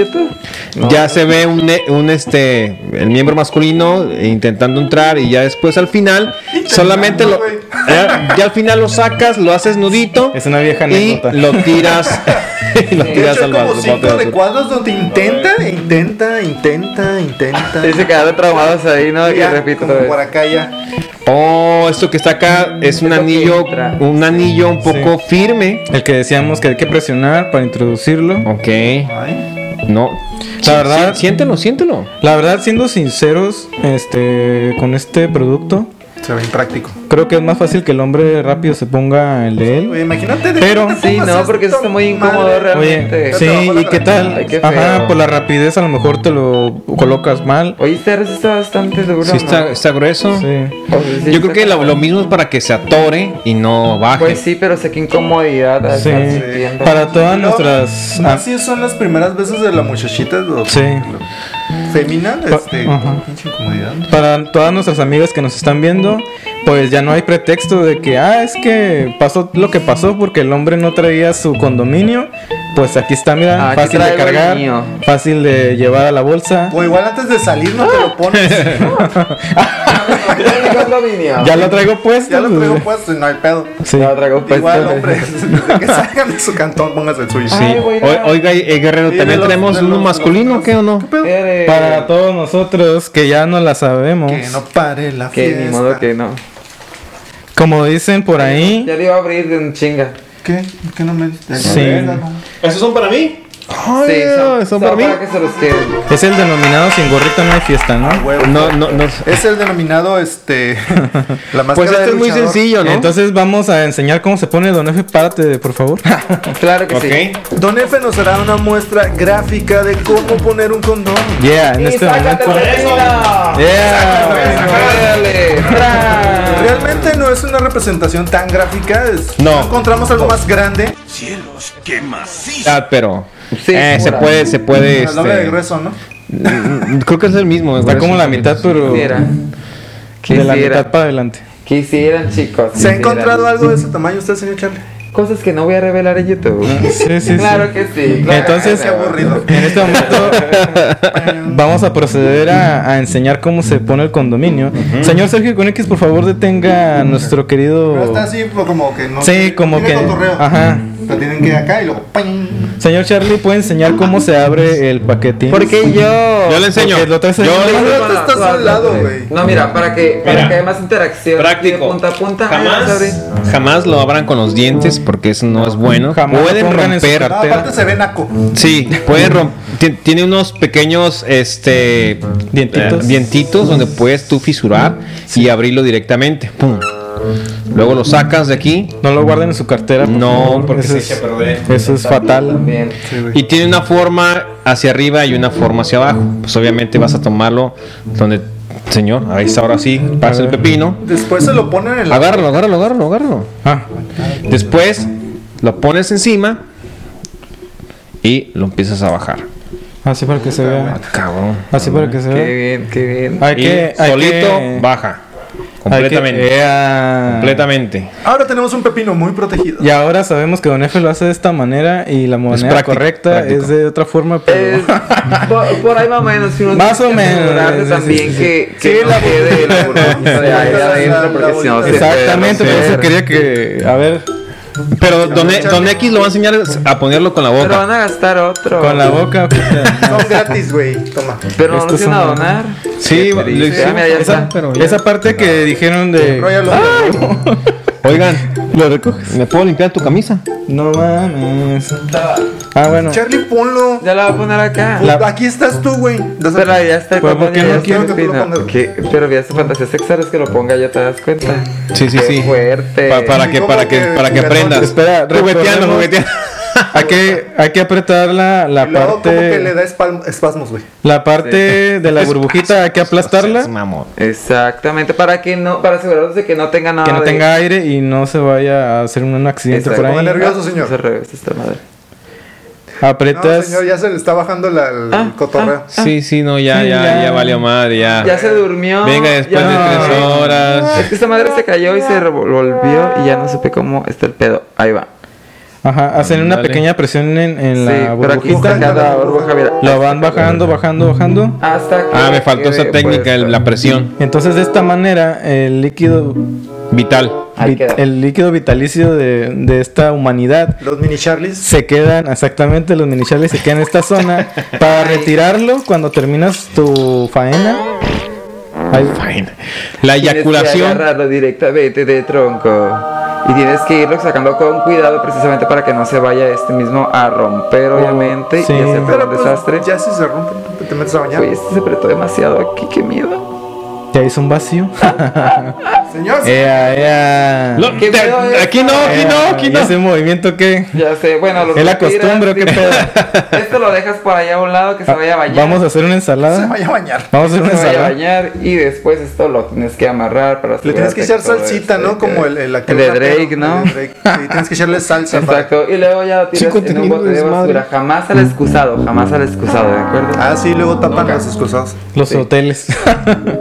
S3: YouTube?
S4: Ya se ve un, ne- un, este el miembro masculino intentando entrar y ya después al final solamente lo
S2: güey.
S4: ya, ya al final lo sacas, lo haces nudito
S5: Es una vieja
S4: y
S5: anécdota.
S4: lo tiras (laughs) y lo
S2: De
S4: tiras
S2: hecho,
S4: al
S2: hay como
S4: vaso.
S2: cinco recuadros donde intenta, intenta, intenta, intenta.
S3: Y se quedaron traumados ahí, ¿no? Y
S2: Ya,
S3: repito,
S2: como
S3: es-
S2: Guaracaya.
S4: Oh, esto que está acá es un
S3: Esto que
S4: anillo
S3: entra.
S4: un anillo un poco
S5: Sí.
S4: firme.
S5: El que decíamos que hay que presionar para introducirlo.
S4: Ok,
S2: Ay,
S4: no.
S5: La verdad-
S4: Sí, siéntelo, siéntelo.
S5: La verdad, siendo sinceros, este, con este producto,
S2: se ve impráctico.
S5: creo que es más fácil que el hombre rápido se ponga el de él.
S2: Güey, imagínate. de
S5: Pero-
S2: que te
S3: Sí,
S2: pongas
S3: no, porque
S2: esta
S3: está muy incómodo
S2: madre.
S5: Oye,
S3: realmente.
S5: sí, ¿y qué
S3: Ay,
S5: tal?
S3: qué feo.
S5: Ajá, por la rapidez a lo mejor te lo colocas mal.
S3: Oye, este arroz está bastante duro.
S4: Sí está, está grueso.
S5: Sí.
S3: ¿no? O sea, sí
S4: Yo creo
S3: está-
S4: que lo, lo mismo es para que se atore y no baje.
S3: Pues sí, pero sé qué incomodidad. al
S5: Sí.
S3: estar sintiendo.
S5: Para todas
S2: No,
S5: nuestras... ah,
S2: Así son las primeras veces de la muchachita. lo-
S5: Sí.
S2: lo- Femina, este.
S5: ajá.
S2: Pinche incomodidad.
S5: Para todas nuestras amigas que nos están viendo, pues ya no hay pretexto de que, ah, es que pasó lo que pasó porque el hombre no traía su condominio. Pues aquí está, mira,
S3: Ah, aquí
S5: fácil de
S3: traigo el
S5: cargar,
S3: mío.
S5: fácil de llevar a la bolsa.
S2: O igual antes de salir no te lo
S5: (laughs)
S2: pones.
S3: El condominio.
S5: Ya lo traigo puesto.
S2: Ya lo traigo
S5: pues.
S2: puesto y no hay pedo.
S5: Sí.
S3: Ya lo traigo
S4: pues,
S3: puesto.
S2: Igual, hombre, desde que salgan (laughs) de su cantón, pongas el suyo.
S4: Sí.
S3: Ay, güey,
S4: Oi-
S3: no.
S4: Oiga, eh, Guerrero,
S2: Sí, de
S4: ¿también
S2: los-
S4: tenemos
S2: de
S4: uno
S2: los-
S4: masculino
S2: los-
S4: qué o no?
S3: Eres-
S5: Para todos nosotros que ya no la sabemos.
S2: Que no pare la
S3: Que
S2: fiesta.
S3: ni modo que no.
S5: Como dicen por ahí.
S3: Ya le iba a abrir de un chinga.
S2: ¿Qué? ¿Por qué no me diste?
S5: Sí.
S4: ¿Esos son para mí?
S3: Sí, son,
S4: ¿Son
S3: son
S4: para mí?
S3: que se los queden.
S5: Es el denominado sin gorrito no hay fiesta, ¿no?
S2: Huevo.
S4: No, no, no.
S2: Es el denominado, este. la máscara
S4: Pues esto
S2: del
S4: es muy
S2: luchador.
S4: sencillo, ¿no?
S5: Entonces vamos a enseñar cómo se pone Don F. Párate, por favor.
S3: Claro que sí.
S4: ok.
S2: Don F nos hará una muestra gráfica de cómo poner un condón.
S5: yeah, en
S3: Y
S5: este
S3: sácate
S5: momento.
S3: la tela.
S5: Yeah.
S4: Eh,
S3: Órale. Tra.
S2: Realmente no es una representación tan gráfica. es-
S4: No.
S2: Encontramos algo más grande.
S4: Ah, pero
S3: Sí,
S4: eh, se
S3: ahora.
S4: puede, se puede.
S2: La doble de
S4: este,
S2: grueso, ¿no?
S4: mm, creo que es el mismo.
S5: Está como la mitad, pero.
S3: Quisiera.
S5: De la
S3: Quisiera.
S5: mitad para adelante. Mm.
S3: Quisieran, chicos.
S2: ¿Se ha
S3: quisieran.
S2: encontrado algo de ese tamaño usted, señor Charlie?
S3: Cosas que no voy a revelar en YouTube.
S5: Sí, sí, sí.
S3: (laughs) Claro que sí. claro
S5: Entonces,
S3: que
S2: Qué
S3: no.
S2: aburrido.
S5: En este momento vamos a proceder a, a enseñar cómo se pone el condominio. Señor Sergio con X, por favor, detenga a
S2: Pero
S5: nuestro querido.
S2: está así, pues, como que no.
S5: Sí, como
S2: tiene
S5: que.
S2: cotorreo.
S5: Ajá.
S2: Lo tienen que ir acá y luego. ¡pam!
S5: Señor Charlie, ¿puede enseñar cómo se abre el paquetín?
S3: Porque yo.
S4: Yo le enseño.
S5: Porque lo traes ahí.
S4: Yo-
S2: Pero tú
S3: Bueno,
S2: estás
S3: tú
S2: a un
S3: hazlo,
S2: lado,
S3: sí.
S2: güey.
S3: No, mira, para que, para
S4: Mira.
S3: que haya más interacción.
S4: Práctico.
S3: De punta a punta. Ay, vas a abrir.
S4: Jamás, jamás lo abran con los dientes porque eso no es bueno.
S5: Jamás lo
S4: Pueden
S5: pongan en su
S4: romper.
S2: No,
S5: Cartera.
S2: aparte se ve naco.
S4: Sí, pueden romper. Tiene unos pequeños este
S5: Dientitos.
S4: eh, dientitos donde puedes tú fisurar y abrirlo directamente. Pum. Luego lo sacas de aquí.
S5: No lo guarden en su cartera. por
S4: No,
S5: favor,
S4: porque
S5: eso
S4: se
S5: es-
S4: echa a perder.
S5: Eso es fatal.
S3: También.
S4: Y tiene una forma hacia arriba y una forma hacia abajo. Pues obviamente vas a tomarlo donde, señor, ahí está ahora sí, pasa el pepino.
S2: Después se lo ponen en la.
S4: Agárralo, agárralo, agárralo, agárralo.
S5: Ah,
S4: Después lo pones encima y lo empiezas a bajar.
S5: así para que se
S4: Ah,
S5: vea.
S4: cabrón.
S5: Así para que se
S3: Qué
S5: vea.
S3: bien, qué bien.
S5: Hay
S4: Y
S5: que. hay
S4: solito
S5: que-
S4: baja.
S5: hay que-
S4: Completamente.
S5: ¡Ea!
S4: eh, Completamente.
S2: Ahora tenemos un pepino muy protegido.
S5: Y ahora sabemos que Don Efe lo hace de esta manera y la manera
S4: práctico,
S5: correcta
S4: práctico.
S5: es de otra forma, pero
S3: Es- por, por ahí más o menos. si uno
S5: Más
S3: tiene
S5: o
S3: que
S5: menos,
S3: asegurarse
S5: sí,
S3: también
S5: sí, sí.
S3: que, que
S2: Sí,
S3: no
S2: la-
S3: quede la burbujita de aire
S2: La-
S3: adentro
S2: la
S3: porque si no se
S2: bolita.
S3: puede
S5: (laughs) exactamente por eso
S3: romper.
S5: quería que a ver
S4: Pero don, E- don X lo va a enseñar a ponerlo con la
S3: Pero van
S4: boca.
S3: a gastar otro.
S5: con la boca.
S2: Son gratis, güey. Toma.
S3: Pero no
S5: Estos
S3: nos iban a
S5: son-
S3: donar.
S4: Sí,
S3: Qué
S4: lo
S3: triste.
S4: hicieron,
S3: Ah, mira, ya está.
S4: pero ya-
S5: Esa parte que dijeron de
S2: Róyalo.
S4: Oigan, lo recoges. ¿Me puedo limpiar tu camisa?
S5: no mames. Ah, bueno.
S2: Charlie, ponlo.
S3: Ya la voy a poner acá.
S2: Pues, Aquí estás tú, güey. Das-
S3: Pero ahí ya está el
S5: Pues, ¿por qué
S3: compañero,
S5: no
S3: ya está
S2: quiero que tú lo
S3: el
S2: pongas?
S3: pino. ¿Qué? Pero ya esta fantasía sexual es que lo ponga, ya te das cuenta.
S4: Sí, sí,
S3: Qué
S4: sí.
S3: fuerte.
S4: Pa- para que, para que, para que aprendas.
S5: Espera,
S4: jugueteando,
S5: recordemos-
S3: (laughs)
S4: jugueteando.
S5: Hay que hay que apretar la, la
S2: Y luego, como que le
S5: parte
S2: da espal- espasmos, güey.
S5: la parte de la burbujita hay que
S4: Es
S5: aplastarla
S4: mamón.
S3: Exactamente, para que no, para asegurarnos de que no tenga nada.
S5: que no
S3: Ah, de-
S5: tenga aire y no se vaya a hacer un accidente
S3: Exacto.
S5: por
S2: Se
S5: ahí.
S4: Ah,
S2: pone nervioso,
S3: Es al
S2: señor.
S3: revés esta madre.
S2: No,
S5: aprietas.
S2: señor, ya se le está bajando la, el
S3: Ah,
S2: cotorreo.
S4: Sí, sí, no, ya,
S5: Sí,
S4: ya,
S5: ya.
S4: ya, valió madre, ya.
S3: Ya se durmió.
S4: Venga
S3: ya
S4: después
S3: no
S4: de tres
S3: sé.
S4: horas.
S3: Es que esta madre se cayó y se revol- volvió y ya no supe cómo está el pedo. Ahí va.
S5: Ajá, hacen una
S4: Ándale.
S5: pequeña presión en, en
S3: sí,
S5: la
S3: pero aquí está
S5: burbujita.
S2: cada-
S3: la burbuja, mira.
S5: Lo van bajando, bajando, bajando.
S3: Hasta que
S4: Ah, me faltó
S3: quede pues,
S4: esa técnica, el-
S3: puesto.
S4: la presión
S5: Entonces, de esta manera, el líquido,
S4: vital.
S3: Ahí
S5: vi-
S3: queda.
S5: el líquido vitalicio de, de esta humanidad
S2: Los mini Charlies.
S5: se quedan, exactamente, los minichales se quedan en esta
S3: (laughs)
S5: zona. Para retirarlo, cuando terminas tu faena, ahí-
S4: La
S3: Tienes que
S4: eyaculación.
S3: agarrarlo directamente de tronco. Y tienes que irlo sacando con cuidado precisamente para que no se vaya este mismo a romper, obviamente,
S5: Oh, sí.
S3: y hacer
S5: Pero,
S3: un desastre.
S2: pues, ya si se rompe, te metes a bañar.
S3: Uy, este se apretó demasiado aquí, qué miedo.
S5: ya hizo
S3: (laughs)
S5: un vacío.
S2: Señor,
S5: Ea, ea.
S4: Lo-
S3: ¿Qué
S4: te-
S3: pedo es? Eh,
S4: aquí no, aquí no,
S5: Ea,
S4: aquí
S5: ¿y
S4: no.
S5: ese movimiento que
S3: Ya sé, bueno, lo
S5: ¿Es la
S3: retiras,
S5: costumbre o qué
S3: sí.
S5: pedo?
S3: (laughs)
S5: Ah,
S3: Esto lo dejas por allá a un lado que se vaya a bañar.
S5: Vamos a hacer una
S2: se
S5: ensalada.
S2: vaya a bañar.
S5: ah. Vamos a
S3: que
S5: hacer una
S3: se vaya a
S5: ensalada.
S3: bañar y después esto lo tienes que amarrar para
S2: Le tienes que echar salsita, ¿no? Como el, el actor
S3: eh. el de
S2: rapero,
S3: Drake, ¿no?
S2: el de Drake. Sí, tienes que echarle salsa. para-
S3: Exacto, y luego ya lo tiras
S4: Chico,
S3: en un
S4: teniendo
S3: bote de
S4: desmadre.
S3: basura. Jamás al excusado, jamás al excusado, ¿de acuerdo?
S2: Ah, sí, luego tapan los excusados.
S5: Los hoteles.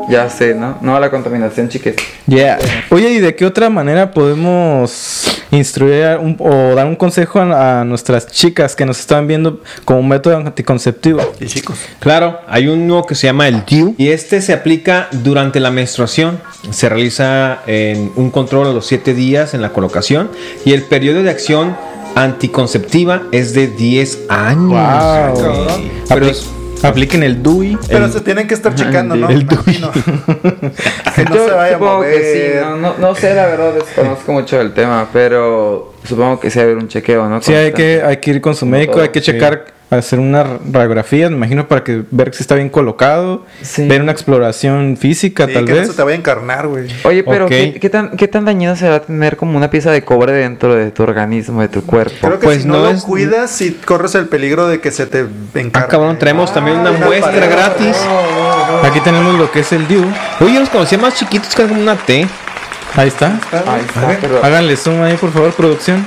S3: Ya sé, ¿no? No a la contaminación, chiques.
S5: Yeah. Oye, ¿y de qué otra manera podemos instruir a un- o dar un consejo a, a nuestras chicas que nos están viendo como un método anticonceptivo?
S2: Y chicos.
S4: Claro, hay un nuevo que se llama el DIU y este se aplica durante la menstruación. Se realiza en un control a los 7 días en la colocación y el periodo de acción anticonceptiva es de 10 años.
S5: Wow.
S4: güey. Pero
S5: Apli-
S4: es-
S5: apliquen el DUI.
S2: Pero
S4: El-
S2: se tienen que estar checando, ¿no?
S4: el
S2: Imagino. que no se vaya a
S3: supongo
S2: mover.
S3: que sí, no, no, no sé, la verdad, desconozco mucho del tema, pero supongo que sí va a haber un chequeo, ¿no?
S5: Sí, hay que, hay que ir con su médico,
S3: todo,
S5: hay que
S4: sí.
S5: checar, hacer una radiografía, me imagino, para que ver si está bien colocado,
S3: Sí.
S5: ver una exploración física,
S2: Sí,
S5: tal
S2: que
S5: vez.
S2: no se te vaya a encarnar, güey.
S3: Oye, pero
S4: Ok.
S3: ¿qué, qué tan, ¿qué tan dañino será tener como una pieza de cobre dentro de tu organismo, de tu cuerpo?
S2: Creo que
S4: Pues
S2: si no,
S4: no
S2: lo
S4: es-
S2: cuidas, si corres el peligro de que se te encarne.
S4: Ah, cabrón, traemos también una muestra
S2: pared.
S4: gratis.
S5: Aquí tenemos lo que es el DIU.
S4: Oye, yo los conocía más chiquitos que era como una T.
S5: Ahí está.
S3: Ahí está, pero
S5: Háganle zoom ahí, por favor, producción.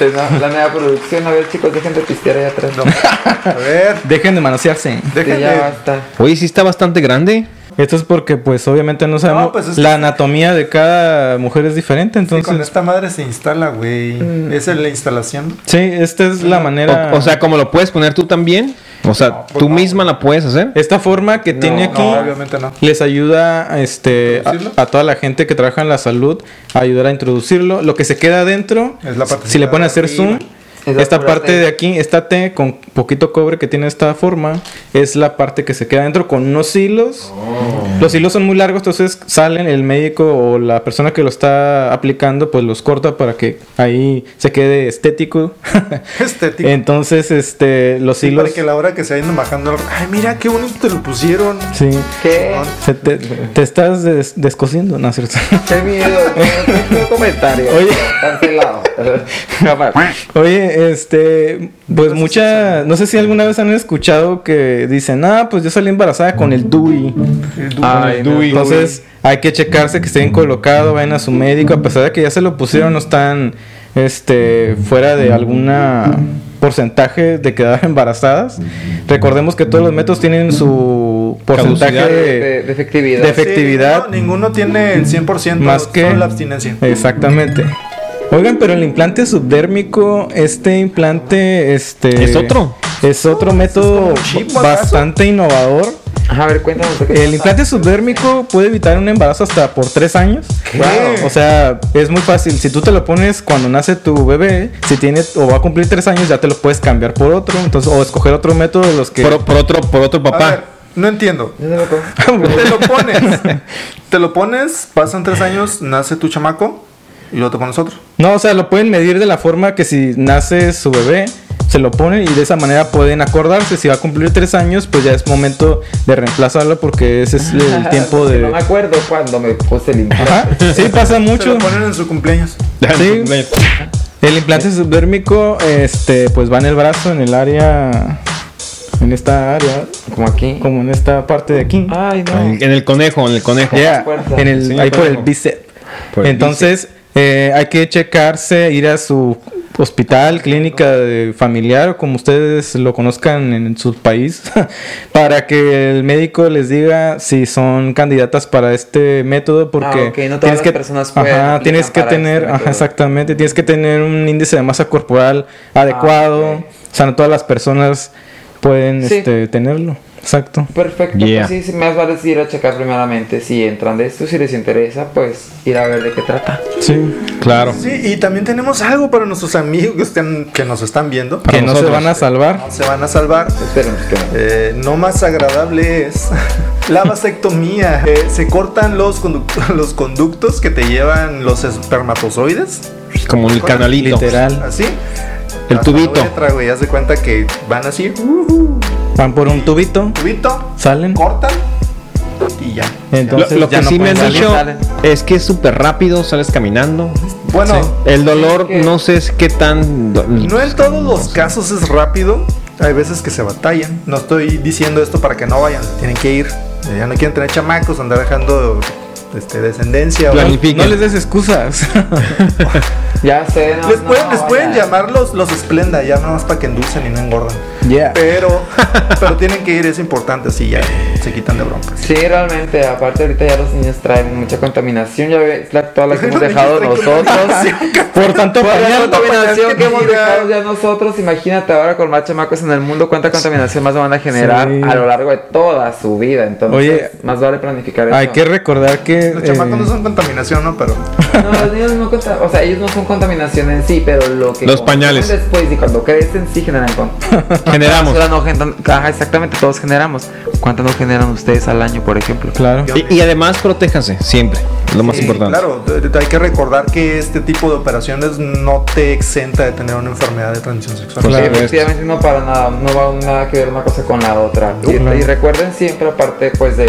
S3: ya sé, ¿no? la nueva producción, a ver chicos, dejen de pistear ahí atrás.
S2: (laughs) No. A
S5: (laughs)
S2: ver,
S5: Dejen de manosearse.
S3: Sí,
S2: déjate.
S3: ya basta.
S4: Oye, sí está bastante grande.
S5: Esto es porque, pues, obviamente no sabemos.
S2: pues, es que-
S5: la anatomía de cada mujer es diferente,
S2: Sí, con
S5: entonces. Mm.
S2: esta madre se instala, güey. Esa es la instalación.
S5: Sí, esta es la manera.
S4: O, o sea, como lo puedes poner tú también. O sea,
S5: pues
S4: tú misma la puedes hacer.
S5: esta forma que tiene aquí
S2: No, obviamente no.
S5: les ayuda este,
S2: ¿Introducirlo?
S5: a, a toda la gente que trabaja en la salud a ayudar a introducirlo. Lo que se queda adentro,
S2: Es la parte
S5: si le ponen a hacer
S2: de
S5: zoom,
S2: arriba.
S3: Es la
S5: esta
S3: pura
S5: parte
S3: T.
S5: de aquí, esta T con poquito cobre que tiene esta forma, es la parte que se queda adentro con unos hilos.
S2: Oh.
S5: Los hilos son muy largos, entonces salen, el médico o la persona que lo está aplicando, pues los corta para que ahí se
S2: (laughs)
S5: quede estético.
S2: Estética.
S5: entonces, este, los
S2: Sí,
S5: hilos...
S2: para que a la hora que se vayan bajando, ay, mira qué bonito te lo pusieron.
S5: Sí.
S3: ¿Qué?
S5: Se te, te estás des- descosiendo, ¿no es cierto?
S3: Qué miedo, no, no comentario.
S5: Oye. (laughs)
S3: cancelado. Jamás.
S5: Oye, este, pues mucha, no sé si alguna vez han escuchado que dicen, ah, pues yo salí embarazada con el DUI.
S3: Ay, no.
S5: Entonces hay que checarse que esté bien colocado, vayan a su médico, a pesar de que ya se lo pusieron, no están, este, fuera de alguna porcentaje de quedar (laughs) embarazadas. Recordemos que todos los métodos tienen su
S4: Caducidad.
S5: porcentaje.
S3: de, de efectividad.
S5: de efectividad. Efectividad. Mm,
S2: Sí, no, ninguno tiene el 100%
S5: Más
S2: solo
S5: que-
S2: la abstinencia.
S5: Exactamente. Oigan, pero el implante subdérmico, este implante, este...
S4: Es otro.
S5: Es otro método
S2: chip,
S5: bastante innovador.
S3: Ajá, a ver, cuéntanos. ¿de qué
S5: El
S3: trata?
S5: implante subdérmico puede evitar un embarazo hasta por tres años.
S2: Wow.
S5: O sea, es muy fácil. Si tú te lo pones cuando nace tu bebé, si tiene o va a cumplir tres años, ya te lo puedes cambiar por otro. Entonces, o escoger otro método de los que... (laughs)
S4: Por, por otro, por otro
S2: A ver,
S4: papá.
S2: no entiendo.
S3: Yo no me acuerdo.
S2: Te lo pones.
S5: (laughs)
S2: te lo pones, pasan tres años, nace tu chamaco y luego te pones otro.
S5: No, o sea, lo pueden medir de la forma que si nace su bebé, se lo ponen y de esa manera pueden acordarse. Si va a cumplir tres años, pues ya es momento de reemplazarlo porque ese es
S2: (laughs)
S5: el tiempo
S3: No me
S5: de...
S3: acuerdo cuando me puse el implante.
S5: Ajá, Sí,
S2: (laughs)
S5: pasa
S2: Se lo
S5: mucho.
S2: ponen en su cumpleaños.
S4: (laughs)
S5: Sí. El implante subdérmico, este, pues va en el brazo, en el área... En esta área,
S3: Como aquí.
S5: como en esta parte de aquí.
S3: Ay, no.
S4: En el conejo, en el
S5: (laughs)
S4: conejo.
S5: Yeah,
S3: Fuerza.
S5: en el,
S4: Sí,
S5: ahí por
S4: claro.
S5: el bíceps.
S4: Por el
S5: Entonces, eh, hay que checarse, ir a su hospital, clínica de familiar o como ustedes lo conozcan en su país, (laughs) para que el médico les diga si son candidatas para este método porque
S3: Ah, ok, no todas
S5: tienes
S3: las
S5: que
S3: personas pueden
S5: ajá,
S3: aplicar
S5: tienes que
S3: para este
S5: tener, ajá,
S3: método.
S5: exactamente, tienes que tener un índice de masa corporal adecuado,
S3: Ah, ok.
S5: o sea, no todas las personas pueden
S3: Sí.
S5: este, tenerlo. Exacto.
S3: Perfecto,
S4: Yeah.
S3: pues sí, sí, más vale ir a checar primeramente si entran de esto, si les interesa, pues ir a ver de qué trata.
S5: Sí.
S4: Claro.
S2: Sí, y también tenemos algo para nuestros amigos que, están- que nos están viendo.
S5: Que
S4: Para
S5: no se
S4: nosotros.
S5: van a salvar.
S2: No se van a salvar.
S3: Esperemos que no.
S2: Eh, no más agradable es (laughs) la vasectomía. Eh, se cortan los, conduct- (laughs) los conductos que te llevan los espermatozoides.
S4: Como el canalito.
S5: Literal.
S2: Así.
S4: El
S2: Hasta la
S4: tubito.
S2: uretra, güey. Haz de cuenta que van así. uh,
S5: Van por un tubito,
S2: tubito.
S5: salen.
S2: Cortan. Y ya.
S4: Lo,
S5: Entonces
S4: lo que
S5: ya no
S4: sí me
S5: pueden
S4: han
S5: salir.
S4: dicho
S3: salen.
S4: es que es súper rápido, sales caminando.
S2: Bueno.
S4: El dolor,
S3: Es que-
S4: no sé es qué tan. do-
S2: No en todos los casos es rápido. Hay veces que se batallan. No estoy diciendo esto para que no vayan. Tienen que ir. Eh, Ya no quieren tener chamacos, andar dejando este, descendencia. o-
S4: Claro.
S5: No les
S4: (laughs)
S5: des excusas.
S3: Ya sé, no.
S2: Les
S3: no,
S2: pueden, les
S3: vaya.
S2: pueden llamar los, los esplenda, ya nada más para que endulcen y no engordan.
S5: Yeah.
S2: Pero, pero tienen que ir, es importante, así ya se quitan de broncas.
S3: Sí, realmente, aparte ahorita ya los niños traen mucha contaminación, ya ves la, toda la que hemos
S2: Los niños
S3: dejado
S2: traen
S3: nosotros. (laughs)
S5: por tanto
S3: Toda la
S5: pañal.
S3: contaminación
S2: pañal
S3: que
S2: que
S3: hemos
S2: tira.
S3: dejado ya nosotros, imagínate ahora con más chamacos en el mundo, cuánta contaminación más van a generar
S5: Sí.
S3: a lo largo de toda su vida. Entonces,
S5: Oye,
S3: más vale planificar eso.
S5: Hay que recordar que.
S2: Los
S5: eh,
S2: chamacos no son contaminación, ¿no? Pero
S3: No, los niños no contam- o sea, ellos no son contaminación en sí, pero lo que
S4: Los
S3: consumen
S4: pañales.
S3: después y cuando crecen sí generan con
S4: (laughs) Generamos.
S3: basura no generan- ajá, exactamente, todos generamos. ¿Cuánto no generan ustedes al año, por ejemplo?
S5: Claro.
S4: Y, y además, protéjanse siempre. Lo más
S2: Sí, eh,
S4: importante.
S2: Claro, de- de- hay que recordar que este tipo de operaciones no te exenta de tener una enfermedad de transmisión sexual.
S4: Pues,
S5: Claro.
S3: Efectivamente no para nada, no va nada que ver una cosa con la otra.
S4: Uh,
S3: Y,
S5: Ujú.
S3: y recuerden siempre aparte pues de,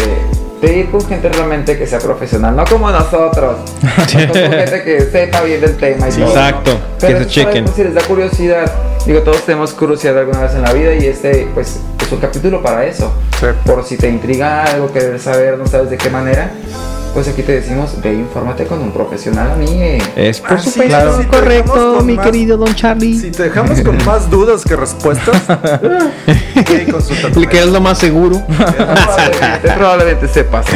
S3: de ir con gente realmente que sea profesional, no
S4: (laughs)
S3: como nosotros. Con gente que sepa bien del tema y
S4: Sí,
S3: todo, ¿no?
S4: exacto, que
S3: Pero
S4: se
S3: eso,
S4: chequen.
S3: pues, si les da curiosidad, digo todos tenemos curiosidad alguna vez en la vida y este pues es un capítulo para eso.
S2: Sí.
S3: Por si te intriga algo, querer saber, no sabes de qué manera, pues aquí te decimos, ve, infórmate con un
S4: (laughs)
S3: profesional, amigue.
S4: Es por
S2: Así
S4: supuesto
S2: es, si te dejamos
S4: correcto,
S2: con
S4: mi
S2: más-
S4: querido Don Charlie.
S2: Si te dejamos con más dudas que respuestas, ve y consulta tu
S4: (laughs) Le quedas lo más seguro.
S2: (laughs)
S3: (laughs) Probablemente, probablemente sepas.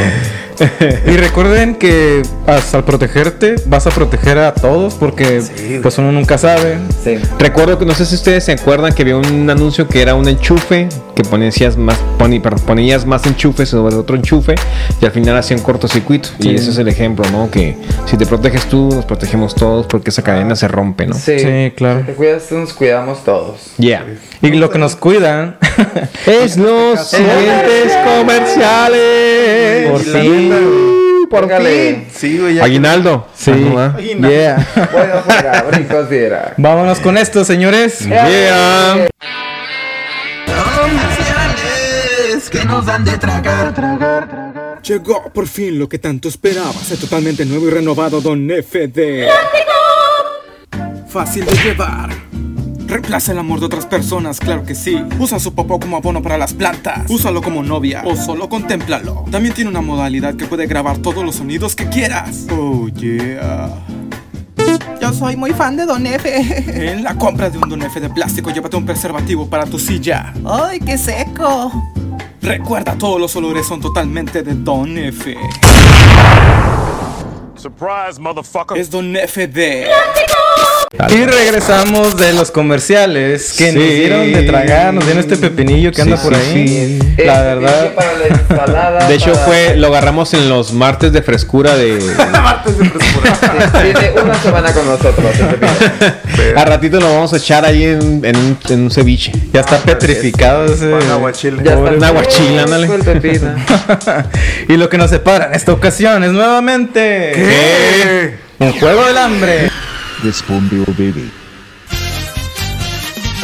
S5: Y recuerden que hasta al protegerte vas a proteger a todos porque
S2: Sí.
S5: pues uno nunca sabe.
S3: Sí.
S4: Recuerdo que no sé si ustedes se acuerdan que había un anuncio que era un enchufe, que ponías más, poni- perdón, ponías más enchufes sobre otro enchufe y al final hacían cortocircuito.
S5: Sí.
S4: Y ese es el ejemplo, ¿no? Que si te proteges tú, nos protegemos todos porque esa cadena se rompe, ¿no?
S3: Sí,
S5: Sí, claro.
S3: Si te cuidas, tú, nos cuidamos todos.
S4: Yeah.
S5: Y lo que nos cuidan.
S4: (laughs) Es los siguientes comerciales.
S5: Por
S2: Y la
S5: fin.
S2: neta, güey.
S4: Por
S3: Órale.
S4: fin.
S2: Sí, güey, ya-
S4: Aguinaldo.
S5: Sí.
S4: Ah, no, ah.
S2: Aguinaldo.
S5: Yeah.
S3: Voy a jugar, voy a considerar.
S5: (laughs) Vámonos con esto, señores.
S4: Mm, Yeah.
S8: Llegó por fin lo que tanto esperabas, el totalmente nuevo y renovado Don FD. Fácil de llevar. Reemplaza el amor de otras personas, claro que sí. Usa su popó como abono para las plantas. Úsalo como novia o solo contémplalo. También tiene una modalidad que puede grabar todos los sonidos que quieras. Oh yeah. Yo soy muy fan de Don F. En la compra de un Don F de plástico, llévate un preservativo para tu silla. ¡Ay, qué seco! Recuerda, todos los olores son totalmente de Don F. Es Don F de...
S5: Y regresamos de los comerciales que nos
S4: Sí.
S5: dieron de tragar, nos dieron este pepinillo que
S4: Sí,
S5: anda
S4: sí,
S5: por ahí. Eh,
S4: sí.
S5: La
S3: Este
S5: verdad.
S3: pinche Para la ensalada,
S4: De hecho
S3: para-
S4: fue, lo agarramos en los martes de frescura de...
S3: Sí, este, Tiene una semana con nosotros. este pinche.
S4: A ratito lo vamos a echar ahí en, en un, en un ceviche.
S3: Ah,
S5: Ya está petrificado ese.
S2: Con aguachile.
S3: Este, Ya
S4: Pobre, un
S3: está.
S4: aguachile, ándale.
S3: Fue el pepino.
S5: (laughs) y lo que nos separa en esta ocasión es nuevamente.
S2: ¿Qué?
S5: Un juego del hambre.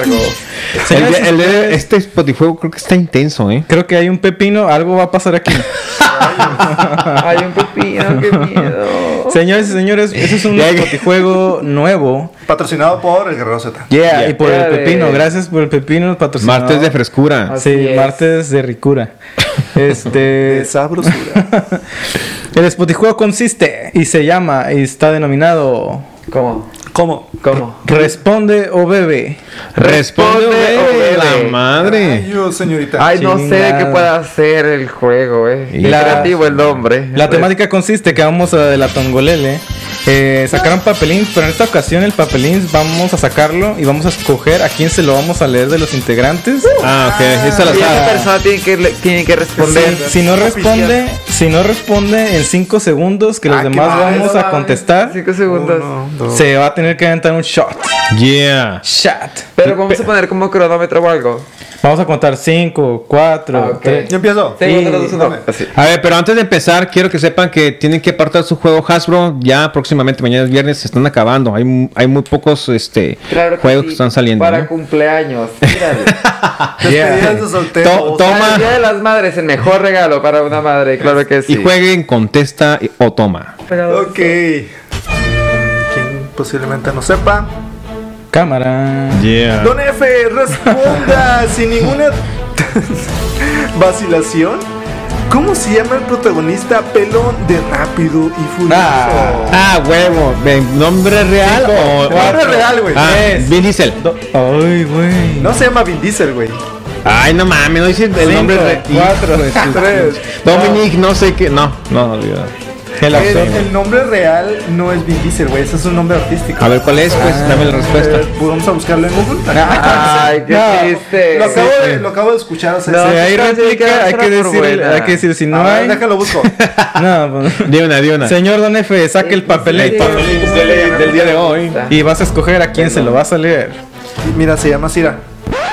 S4: El,
S5: Señores,
S4: día- el día de- este Spotify creo que está intenso, ¿eh?
S5: Creo que hay un pepino, algo va a
S4: (laughs)
S5: pasar aquí.
S3: Hay un pepino, qué miedo.
S5: Señores y señores, ese es un
S4: Ya que-
S5: botijuego nuevo.
S2: Patrocinado por el Guerrero Z.
S5: Yeah, y por
S3: Ya
S5: el
S3: de-
S5: pepino. Gracias por el pepino patrocinado.
S4: Martes de frescura.
S3: Así
S5: Sí,
S3: es.
S5: martes
S4: (laughs)
S5: de ricura. Este.
S2: De
S5: (laughs)
S2: sabrosura.
S5: El spotijuego consiste y se llama y está denominado
S3: ¿Cómo?
S2: ¿Cómo?
S3: ¿Cómo?
S5: Responde o bebe.
S4: Responde,
S3: Responde,
S4: güey,
S3: güey.
S4: la madre.
S2: yo, señorita.
S3: Ay, no sé
S5: Chingada.
S3: qué pueda hacer el juego, eh.
S4: Y-
S3: Y creativo el nombre.
S5: La temática consiste que vamos a de la tongolele. Eh, sacaron papelín, pero en esta ocasión el papelín vamos a sacarlo y vamos a escoger a quién se lo vamos a leer de los integrantes.
S4: Ah, ok, es al
S3: Y esa
S4: azar.
S3: persona tiene que, le- tiene Uh, que responder.
S5: Si, si no responde, si no responde en 5 segundos
S3: Ah,
S5: que los demás vamos a contestar,
S3: Cinco segundos.
S2: Oh,
S5: se va a tener que aventar un shot.
S4: Yeah.
S5: Shot.
S3: Pero vamos a poner como cronómetro o algo.
S5: Vamos a contar 5,
S3: Ah,
S5: 4,
S3: ok.
S5: 3.
S2: Yo empiezo.
S3: Sí,
S5: Y-
S3: uno, dos, uno. Así.
S4: A ver, pero antes de empezar, quiero que sepan que tienen que apartar su juego Hasbro. Ya próximamente, mañana es viernes, se están acabando. Hay, hay muy pocos este,
S3: Claro que
S4: juegos
S3: sí,
S4: que están saliendo.
S3: Para
S4: ¿no? (laughs)
S3: cumpleaños. Míralo.
S2: Despedidas de soltero.
S4: To- to-
S3: Para
S4: Toma.
S3: el Día de las Madres, el mejor regalo para una madre, claro que sí.
S4: Y jueguen, contesta y- o toma.
S2: Ok. Quien posiblemente no sepa.
S5: Cámara.
S4: Yeah.
S2: Don F, responda sin ninguna vacilación. ¿Cómo se llama el protagonista pelón de Rápido y Furioso?
S5: Ah.
S4: Ah, huevo. Ve, ¿Nombre real o.?
S2: Nombre real, güey.
S4: Ah,
S5: Tres.
S4: Vin Diesel.
S5: Ay, güey.
S2: No se llama Vin Diesel, güey.
S4: Ay, no mames, no dice el nombre real.
S3: (laughs)
S5: 4,
S2: Tres.
S4: Dominic, no sé qué. No, no, olvídalo. El
S2: El,
S4: abstain.
S2: Eh, el nombre real no es Vin Diesel, güey. Ese es un nombre artístico.
S4: A ver, ¿cuál es? Pues dame la respuesta. Ah,
S2: Eh, pues vamos a buscarlo en Google.
S3: Ay, qué
S5: No,
S3: triste.
S2: lo, acabo de, lo acabo de escuchar. O sea,
S3: No,
S5: Si
S2: sí.
S5: hay
S3: Entonces,
S5: réplica,
S3: queda
S5: hay
S3: otra
S5: que
S3: por
S5: decir,
S3: buena.
S5: hay que decir si no
S2: A ver,
S5: hay.
S2: déjalo busco.
S4: (laughs)
S5: No, pues.
S4: Di una, di una.
S5: Señor Don F, saque el papelito.
S4: del, del día de hoy.
S5: Y vas a escoger a quién se lo vas a leer.
S2: Mira, se llama Sira.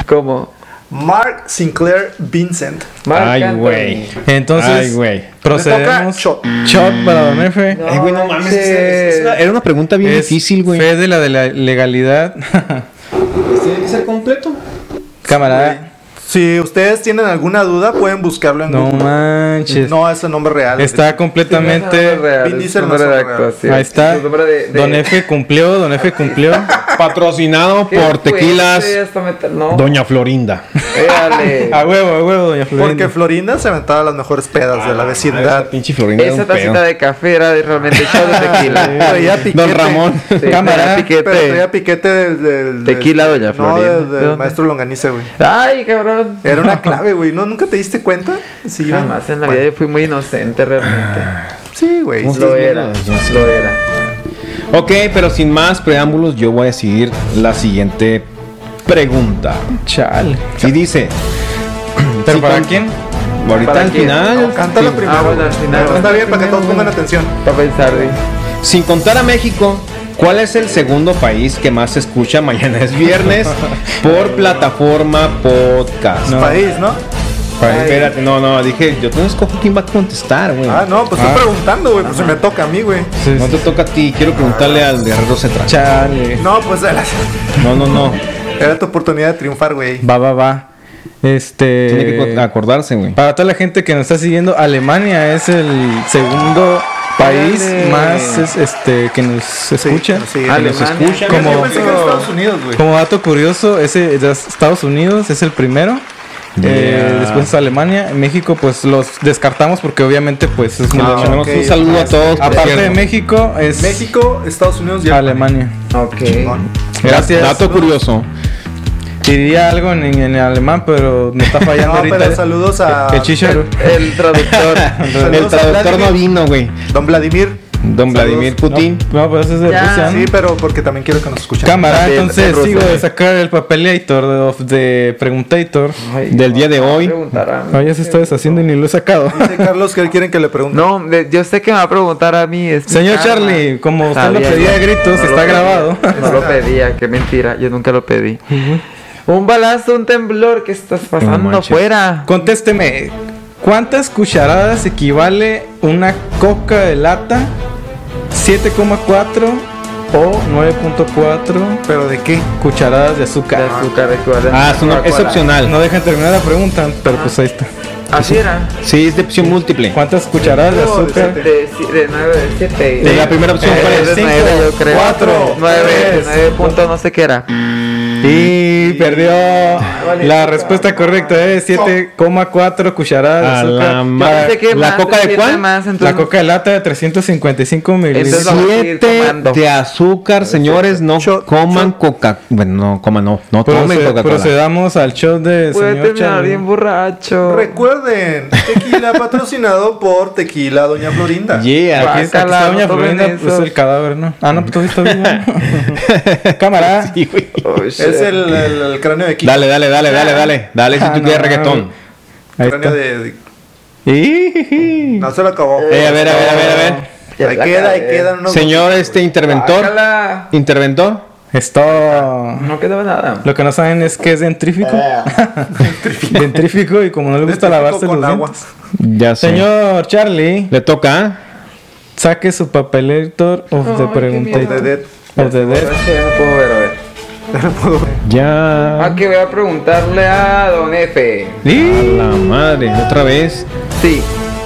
S3: ¿Cómo?
S2: Mark Sinclair Vincent.
S3: Marc
S4: Ay,
S3: Anthony.
S4: güey.
S5: Entonces,
S4: Ay, güey.
S5: procedemos.
S2: Me toca shot.
S5: para Don F.
S4: Ay, güey, no mames. es- es- es una- era una pregunta bien
S5: Es
S4: difícil, güey. Pues
S5: Fe de la de la legalidad.
S4: Tiene que ser completo.
S5: Cámara.
S2: Si ustedes tienen alguna duda, pueden buscarlo en
S5: No
S2: Google.
S5: manches.
S2: No, es el nombre real.
S5: Está completamente.
S2: Vin Diesel
S3: Nombre
S2: no
S3: de
S2: es un real.
S3: actuación.
S5: Ahí está.
S3: Su nombre de- de-
S5: Don F cumplió, Don F
S2: (laughs)
S5: cumplió.
S4: Patrocinado
S3: Qué
S4: por tequilas
S3: fuerte, hasta me- No, eh,
S4: Doña Florinda. (laughs)
S3: véale.
S5: A huevo, a huevo, doña
S2: Porque
S5: Florinda.
S2: Florinda se aventaba las mejores pedas de
S4: Ah,
S2: la vecindad.
S4: Pinche Florinda. era
S3: Esa
S4: un pedo.
S3: tacita de café era de- realmente hecha
S4: (laughs)
S3: de tequila.
S2: Traía piquete.
S4: Don Ramón.
S3: Sí,
S5: Cámara,
S3: era
S2: Pero traía
S3: piquete.
S2: piquete del. del- del-
S3: Tequila, doña Florinda.
S2: No, del, del
S3: ¿De dónde?
S2: maestro Longanice, güey.
S3: Ay, cabrón.
S2: Era una clave, güey. ¿No, ¿Nunca te diste cuenta? Sí, güey.
S3: Jamás en la vida yo fui muy inocente
S4: Ah.
S3: realmente.
S2: Sí, güey.
S4: ¿Cómo
S3: Lo
S4: estás viendo
S3: era,
S4: las dos?
S3: lo era.
S4: Ok, pero sin más preámbulos, yo voy a decidir la siguiente pregunta.
S5: Chale.
S4: Y dice.
S5: (clears throat) ¿Pero
S4: Sí,
S5: para
S4: con-
S5: quién?
S4: Ahorita
S3: ¿Para
S4: al
S3: quién?
S4: final.
S2: Cántalo
S4: sin-
S2: primero.
S3: Ah, bueno, al final.
S2: Está bien para que todos pongan atención.
S3: Para pensar, güey.
S4: Sin contar a México, ¿cuál es el segundo país que más se escucha (laughs) mañana es viernes
S5: (laughs)
S4: por plataforma podcast?
S5: No.
S2: País, ¿no?
S4: Ay, Espérate, no, no, dije, yo no escojo quién va a contestar, güey.
S2: Ah, no, pues
S5: Ah.
S2: estoy preguntando, güey. Pues se me toca a mí, güey.
S5: Sí,
S4: No
S5: sí.
S4: te toca a ti, quiero preguntarle al guerrero Cetra.
S5: Chale.
S2: No, pues era,
S4: No, no, no.
S5: Eh,
S2: era tu oportunidad de triunfar, güey.
S5: Va, va, va. Este.
S4: Tiene que co- acordarse, güey.
S5: Para toda la gente que nos está siguiendo, Alemania es el segundo país
S3: Dale.
S5: más es- este que nos
S2: Sí,
S5: escucha.
S2: sí.
S3: Alemania.
S4: escucha.
S2: Como...
S5: Como-
S2: Yo pensé que era Estados Unidos, güey.
S5: Como dato curioso, ese de Estados Unidos es el primero. Eh,
S4: Yeah.
S5: después es Alemania, México pues los descartamos porque obviamente pues es
S4: Le
S5: muy lejano.
S4: mandamos
S2: ok.
S4: un saludo a todos. por
S5: Aparte de
S4: cierto.
S5: México es
S2: México, Estados Unidos y
S5: Alemania.
S3: Ok.
S5: Gracias.
S4: Dato curioso.
S5: Diría algo en, en alemán, pero me está fallando
S2: No,
S5: ahorita. ¿eh?
S2: pero saludos a
S5: El chicharo.
S3: El
S4: (laughs)
S3: traductor.
S4: El
S2: Saludos a
S4: traductor no
S2: Vladimir.
S4: vino, güey.
S2: Don Vladimir.
S4: Don Vladimir
S5: No,
S4: Putin.
S5: No, pero ese es de
S3: Ya.
S5: Rusia. ¿no?
S2: Sí, pero porque también quiero que nos escuchen.
S5: Cámara,
S3: También,
S5: entonces
S3: es ruso,
S5: sigo de
S3: eh.
S5: sacar el papelator de, of the Preguntator.
S4: Del día de
S2: Ah,
S4: hoy.
S5: No, ya se está deshaciendo y ni lo he sacado.
S2: Dice Carlos que él quiere que le pregunte.
S3: No, de- yo sé que me va a preguntar a mí. es mi
S5: Señor
S3: karma.
S5: Charlie, como usted lo
S3: Sabía
S5: pedía
S3: yo.
S5: a gritos,
S3: No lo
S5: está
S3: pedía.
S5: grabado.
S3: No lo pedía, qué mentira. Yo nunca lo pedí. Un balazo, un temblor, ¿qué estás pasando
S4: manches.
S3: afuera?
S5: (laughs) Contésteme, ¿cuántas cucharadas equivale una coca de lata? ¿7,4 o 9.4
S2: ¿Pero de qué?
S5: cucharadas de
S3: De
S5: azúcar?
S3: azúcar, de
S4: Ah, es, una- es opcional.
S5: No dejan terminar la pregunta, pero pues ahí está.
S3: Así era.
S4: Sí, es de opción múltiple.
S5: ¿Cuántas cucharadas de azúcar?
S3: De 9, de 7. Eh,
S4: De la primera opción, ¿cuál es?
S5: Cinco,
S3: yo creo.
S5: cuatro,
S3: 9,
S5: tres,
S3: 9 punto no sé qué era.
S5: Y perdió. La respuesta correcta es 7,4 cucharadas
S4: A
S5: de
S4: la
S5: azúcar.
S4: ma-
S5: Para-
S3: Pensé que
S5: ¿La
S3: más,
S5: coca de
S3: pensé que
S5: cuál?
S3: más,
S5: la
S3: entonces-
S5: coca de lata de 355 mililitros.
S3: Entonces vamos a seguir
S4: Siete
S3: tomando.
S4: de azúcar, señores. No
S2: Shot,
S4: coman
S2: shot.
S4: coca. Bueno, no coman, no. No tomen
S5: Proced-
S4: Coca-Cola.
S5: procedamos al show de
S3: Puede
S5: señor
S3: terminar
S5: Charlie.
S3: bien borracho.
S2: Recuerden, tequila patrocinado por Tequila Doña Florinda.
S4: Yeah.
S5: Aquí, aquí está
S3: Guácala,
S5: Doña
S3: no tomen
S5: Florinda, pues
S3: eso.
S5: el cadáver, ¿no? Ah, no, pues todavía está vivo. Cámara.
S4: Sí, güey.
S3: Oh, shit.
S2: Es el, el- el cráneo de Kiko.
S4: Dale, dale, dale, dale, dale. Dale si
S5: Ah,
S4: tú
S5: no,
S4: quieres
S5: no,
S4: reggaetón.
S5: Ahí
S2: cráneo
S5: está.
S2: de, de-
S4: Ijiji.
S2: No se lo acabó.
S4: Eh, a ver, a ver, a ver, a ver.
S3: Ya
S2: ahí
S3: la
S2: queda, ahí
S3: acabé.
S2: quedan unos.
S4: Señor, este interventor.
S3: Guácala.
S4: Interventor.
S5: Esto.
S3: No quedaba nada.
S5: Lo que no saben es que es dentrífico. (laughs) dentrífico y como no le gusta lavarse
S2: Eh.
S5: los
S2: Este con agua.
S5: dientes.
S4: Ya sé.
S5: Señor Charlie,
S4: Le toca. ¿ah?
S5: saque su papelator of the
S3: qué
S5: pregunta.
S2: De- de-
S5: Of the dead.
S3: Borracho, ya no puedo ver, a ver.
S4: Ya.
S3: Ah, que voy a preguntarle a Don F.
S4: ¡Ih! A la madre, otra vez.
S3: Sí.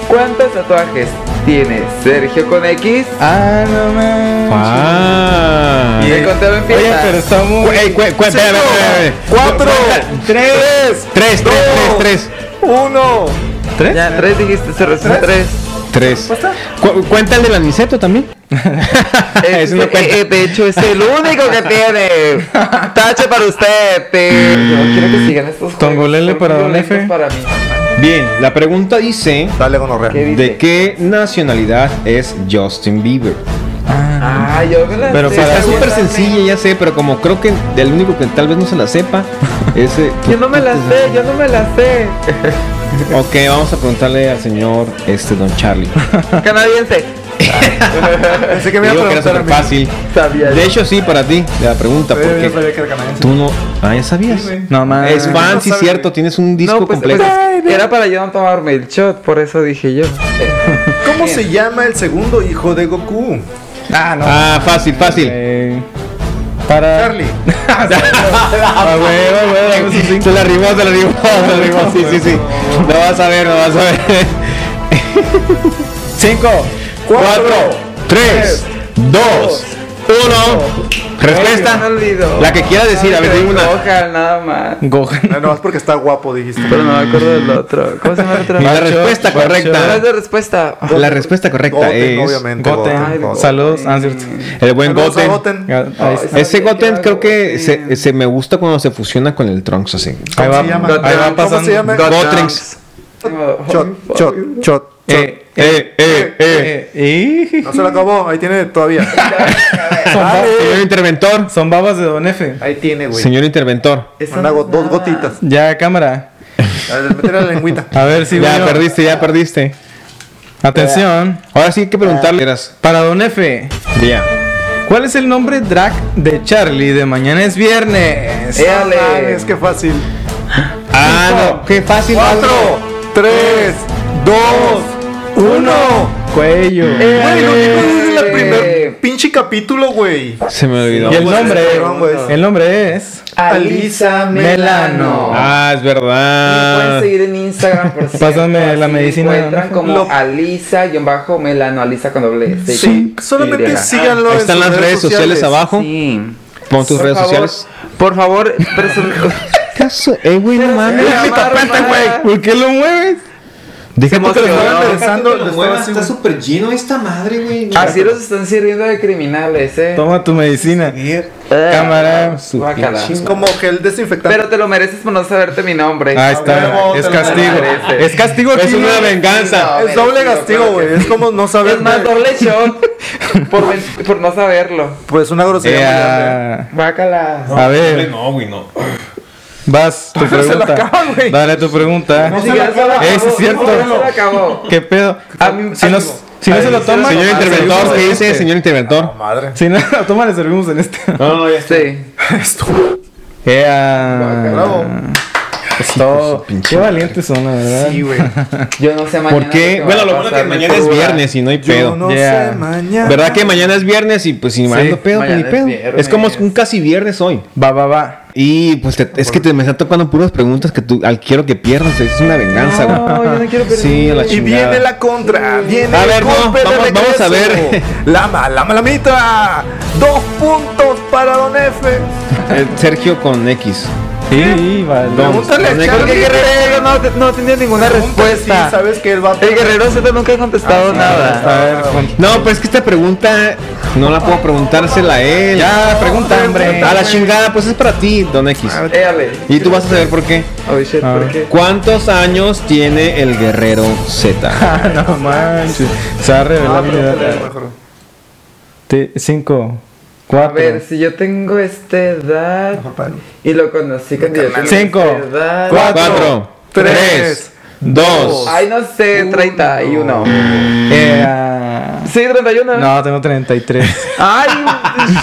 S3: ¿Cuántos tatuajes tiene Sergio con X?
S5: Ah, no me.
S4: Ah.
S3: Y el conteo empieza.
S5: Oye, pero está muy.
S4: Ey, cu- cu- espera, espera, espera, espera.
S2: Cuatro,
S4: Tres, tres, tres, tres,
S2: uno.
S4: tres.
S3: Ya, tres dijiste, se resumen tres.
S4: Tres. Cu- cuenta el del aniceto también.
S3: (laughs)
S4: (laughs)
S3: Es-
S4: Eso no
S3: eh,
S4: cuenta.
S3: eh, de hecho, es el único
S4: (laughs)
S3: que tiene. Tache para usted. te- Yo quiero que sigan estos juegos,
S5: Tongolele
S3: son
S5: para Don
S3: violentos
S5: F.
S3: Para mí.
S4: Bien, la pregunta dice:
S2: Dale con
S3: eh, ¿Qué dice?
S4: ¿De qué nacionalidad es Justin Bieber? pues,
S3: Ah, yo me la
S5: Pero
S3: sé,
S5: para-
S4: Está súper
S3: seguramente.
S4: sencilla, ya sé, pero como creo que el único que tal vez no se la
S3: (laughs)
S4: sepa es. eh,
S3: Yo no
S4: (laughs)
S3: me la sé, yo no me la sé.
S4: Ok, vamos a preguntarle al señor, este, don
S3: (laughs)
S4: Charlie.
S3: Canadiense.
S2: Pensé que me iba
S4: Digo
S2: a
S4: que
S2: preguntar a
S4: era súper
S2: mí.
S4: fácil.
S3: Sabía
S4: De hecho, sí, para ti, la pregunta,
S2: Yo ya
S4: porque
S2: sabía que era canadiense.
S4: tú no. Ah, ya sabías.
S5: No más.
S4: Es fan,
S2: no
S4: sí,
S2: sabe,
S4: cierto,
S2: güey.
S4: tienes un disco
S3: pues,
S4: completo.
S3: pues, era para yo no tomarme el shot, por eso dije yo.
S2: ¿Cómo se llama el segundo hijo de Goku?
S5: Ah, no.
S4: ah, fácil, fácil.
S5: Eh, Para.
S2: Charlie.
S4: Ah, güey, güey, güey, Se la rimó, se la rimó, se la rimó. Sí,
S2: pues,
S4: sí, sí. Lo vas a ver, lo vas
S2: (laughs)
S4: a ver.
S5: Cinco.
S4: Cuatro, tres, dos, uno.
S3: Esta no
S4: Respuesta.
S3: olvido.
S4: La que quiera decir, a ver, dime una.
S3: Gohan, nada más.
S5: Gohan.
S2: No, más porque está guapo, dijiste.
S3: Pero no me acuerdo del otro. ¿Cómo se llama el otro?
S4: Y la
S5: Pancho,
S4: respuesta
S5: Pancho.
S3: ¿Cuál es
S4: correcta.
S3: la respuesta?
S4: La Ah, respuesta correcta
S2: Goten,
S4: es
S2: obviamente.
S5: Goten.
S2: Goten, Goten.
S5: Saludos, Answer.
S4: el buen
S2: Saludos a
S4: Goten.
S2: Goten.
S5: Ahí está.
S4: Ese Goten creo que se, se me gusta cuando se fusiona con el Trunks así.
S5: Ahí va,
S2: se llama?
S5: ahí va
S2: ¿Cómo
S5: pasando.
S2: se llama?
S4: Goten.
S2: Shot, shot, shot.
S5: Eh, eh, eh, eh. Y-
S2: No se lo acabó, ahí tiene todavía.
S5: Son, ba-
S4: Señor interventor.
S5: son babas de Don F.
S2: Ahí tiene, güey.
S4: Señor interventor.
S2: Una go- dos gotitas.
S5: Ya, cámara.
S2: A ver, Métele la lengüita.
S5: A ver si
S4: Ya
S5: veo.
S4: perdiste, ya perdiste.
S5: Atención. Ah.
S4: Ahora sí hay que preguntarle.
S5: Para Don F.
S4: Ya.
S5: ¿Cuál es el nombre drag de Charlie de mañana es viernes?
S3: Éale.
S2: Ah, Es que fácil.
S4: Ah, no, qué fácil.
S2: Cuatro, tres, dos, uno.
S5: Cuello.
S2: Güey, no te acuerdas de la
S3: Eh.
S2: primer pinche capítulo, güey.
S4: Se me olvidó.
S5: Y pues, el nombre.
S2: Cabrón, güey.
S5: El nombre es.
S3: Alisa Melano.
S4: Ah, es
S3: Me
S4: verdad.
S3: Pueden seguir en Instagram por cierto,
S5: Pásame
S3: así
S5: la
S3: me
S5: medicina de
S3: encuentran
S5: Don
S3: como
S2: Lo-
S3: Alisa-Melano, Alisa con doble S.
S2: Sí, solamente
S3: sí.
S2: síganlo. en
S4: Están
S2: sus
S4: las redes sociales, abajo.
S3: Sí.
S4: Pon tus
S3: Por
S4: redes
S3: favor,
S4: sociales.
S3: Por favor, presu-
S4: Caso, eh, güey, no mames.
S3: Se llamaron, ¿verdad?
S4: ¿Por qué lo mueves? Déjame
S3: Se emocionó.
S2: Estaba
S3: No,
S2: pensando, lo estaba así, Ah, güey.
S4: súper lleno esta madre, güey.
S3: Así los están sirviendo de criminales, eh.
S5: Toma tu medicina.
S3: Eh,
S5: Cámara.
S3: guácala.
S2: Es como gel desinfectante.
S3: Pero te lo mereces por no saberte mi nombre.
S5: Ahí está.
S2: huevo,
S5: Es
S2: te lo
S5: castigo.
S3: merece.
S5: Es castigo
S4: Es
S5: aquí.
S4: una
S3: No,
S4: venganza.
S2: es doble
S3: merecido,
S2: castigo,
S3: claro
S2: güey. Es como no saber.
S3: Es más, doble show por, ven- por no saberlo.
S2: Pues una grosería.
S5: Eh,
S2: muy grande.
S5: ah,
S3: Bácala.
S5: a ver,
S4: No, güey, no.
S5: vas,
S4: (laughs)
S5: tu pregunta. Dale tu pregunta.
S3: Ni siquiera se la
S5: Ese
S3: acabó,
S5: es cierto.
S3: ni siquiera se la acabó.
S5: ¿Qué pedo? Ah,
S3: A mí-
S5: si
S3: a
S5: no,
S3: mí-
S5: si no se lo toma,
S4: Señor interventor, ¿qué dice, señor interventor?
S2: Madre.
S5: Si no (laughs) se lo toma, le servimos en este.
S4: No, no, ya
S3: Sí.
S4: Ah,
S5: Ea.
S2: Bravo.
S5: Es Ah, pues, todo. Qué valientes son, la verdad.
S2: Sí, güey.
S3: Yo no sé mañana.
S4: ¿Por qué?
S3: va
S4: Bueno,
S3: a
S4: lo bueno que
S3: pasar,
S4: mañana
S3: mi
S4: es
S3: cruda.
S4: viernes y no hay
S2: Yo
S4: (laughs) pedo.
S2: no
S5: Yeah.
S2: sé mañana.
S4: ¿Verdad que mañana es viernes y pues si me ando pedo, pues ni
S3: mañana es
S4: pedo?
S3: viernes.
S4: Es como un casi viernes hoy.
S5: Va, va, va.
S4: Y pues te- es que te me están tocando puras preguntas que tú al quiero que pierdas. Es una venganza, güey.
S3: No, yo no quiero perder.
S4: Sí, a la
S2: Y
S4: chingada.
S2: viene la contra, viene
S4: A ver,
S2: el
S4: no,
S2: golpe de
S4: vamos- vamos
S2: (laughs)
S4: a
S2: regreso.
S4: ver.
S2: La mala, la malamita. Dos puntos para Don F.
S4: Eh, Sergio con X.
S5: Sí,
S4: Don.
S5: vale.
S4: Pregúntale a Charlie.
S3: Porque Guerrero no, te- no tenía ninguna respuesta.
S2: pues Sí, sabes que él va a
S3: El Guerrero Z nunca ha contestado nada.
S5: A ver, con-
S4: No, pero es que esta pregunta no la puedo preguntársela a él.
S5: Ya, pregunta, hombre.
S4: A la chingada, pues es para ti, Don X.
S3: Éale.
S4: Y tú vas a saber por qué.
S3: Oh shit,
S5: A
S3: ¿por
S5: ver.
S3: qué?
S4: ¿Cuántos años tiene el guerrero Z?
S5: Ah, (laughs) no manches. Se va a revelar mi edad. Te-
S3: A
S5: Cinco,
S3: ver,
S5: cuatro,
S3: si yo tengo esta edad y lo conocí cuando yo tenía
S5: Cinco,
S3: esta edad.
S5: cuatro,
S4: Cuatro,
S2: tres,
S4: tres, dos.
S3: Ay, no sé, 31.
S5: Eh, ah,
S3: Uh. Sí, 31.
S5: no, tengo 33.
S3: (laughs) Ay,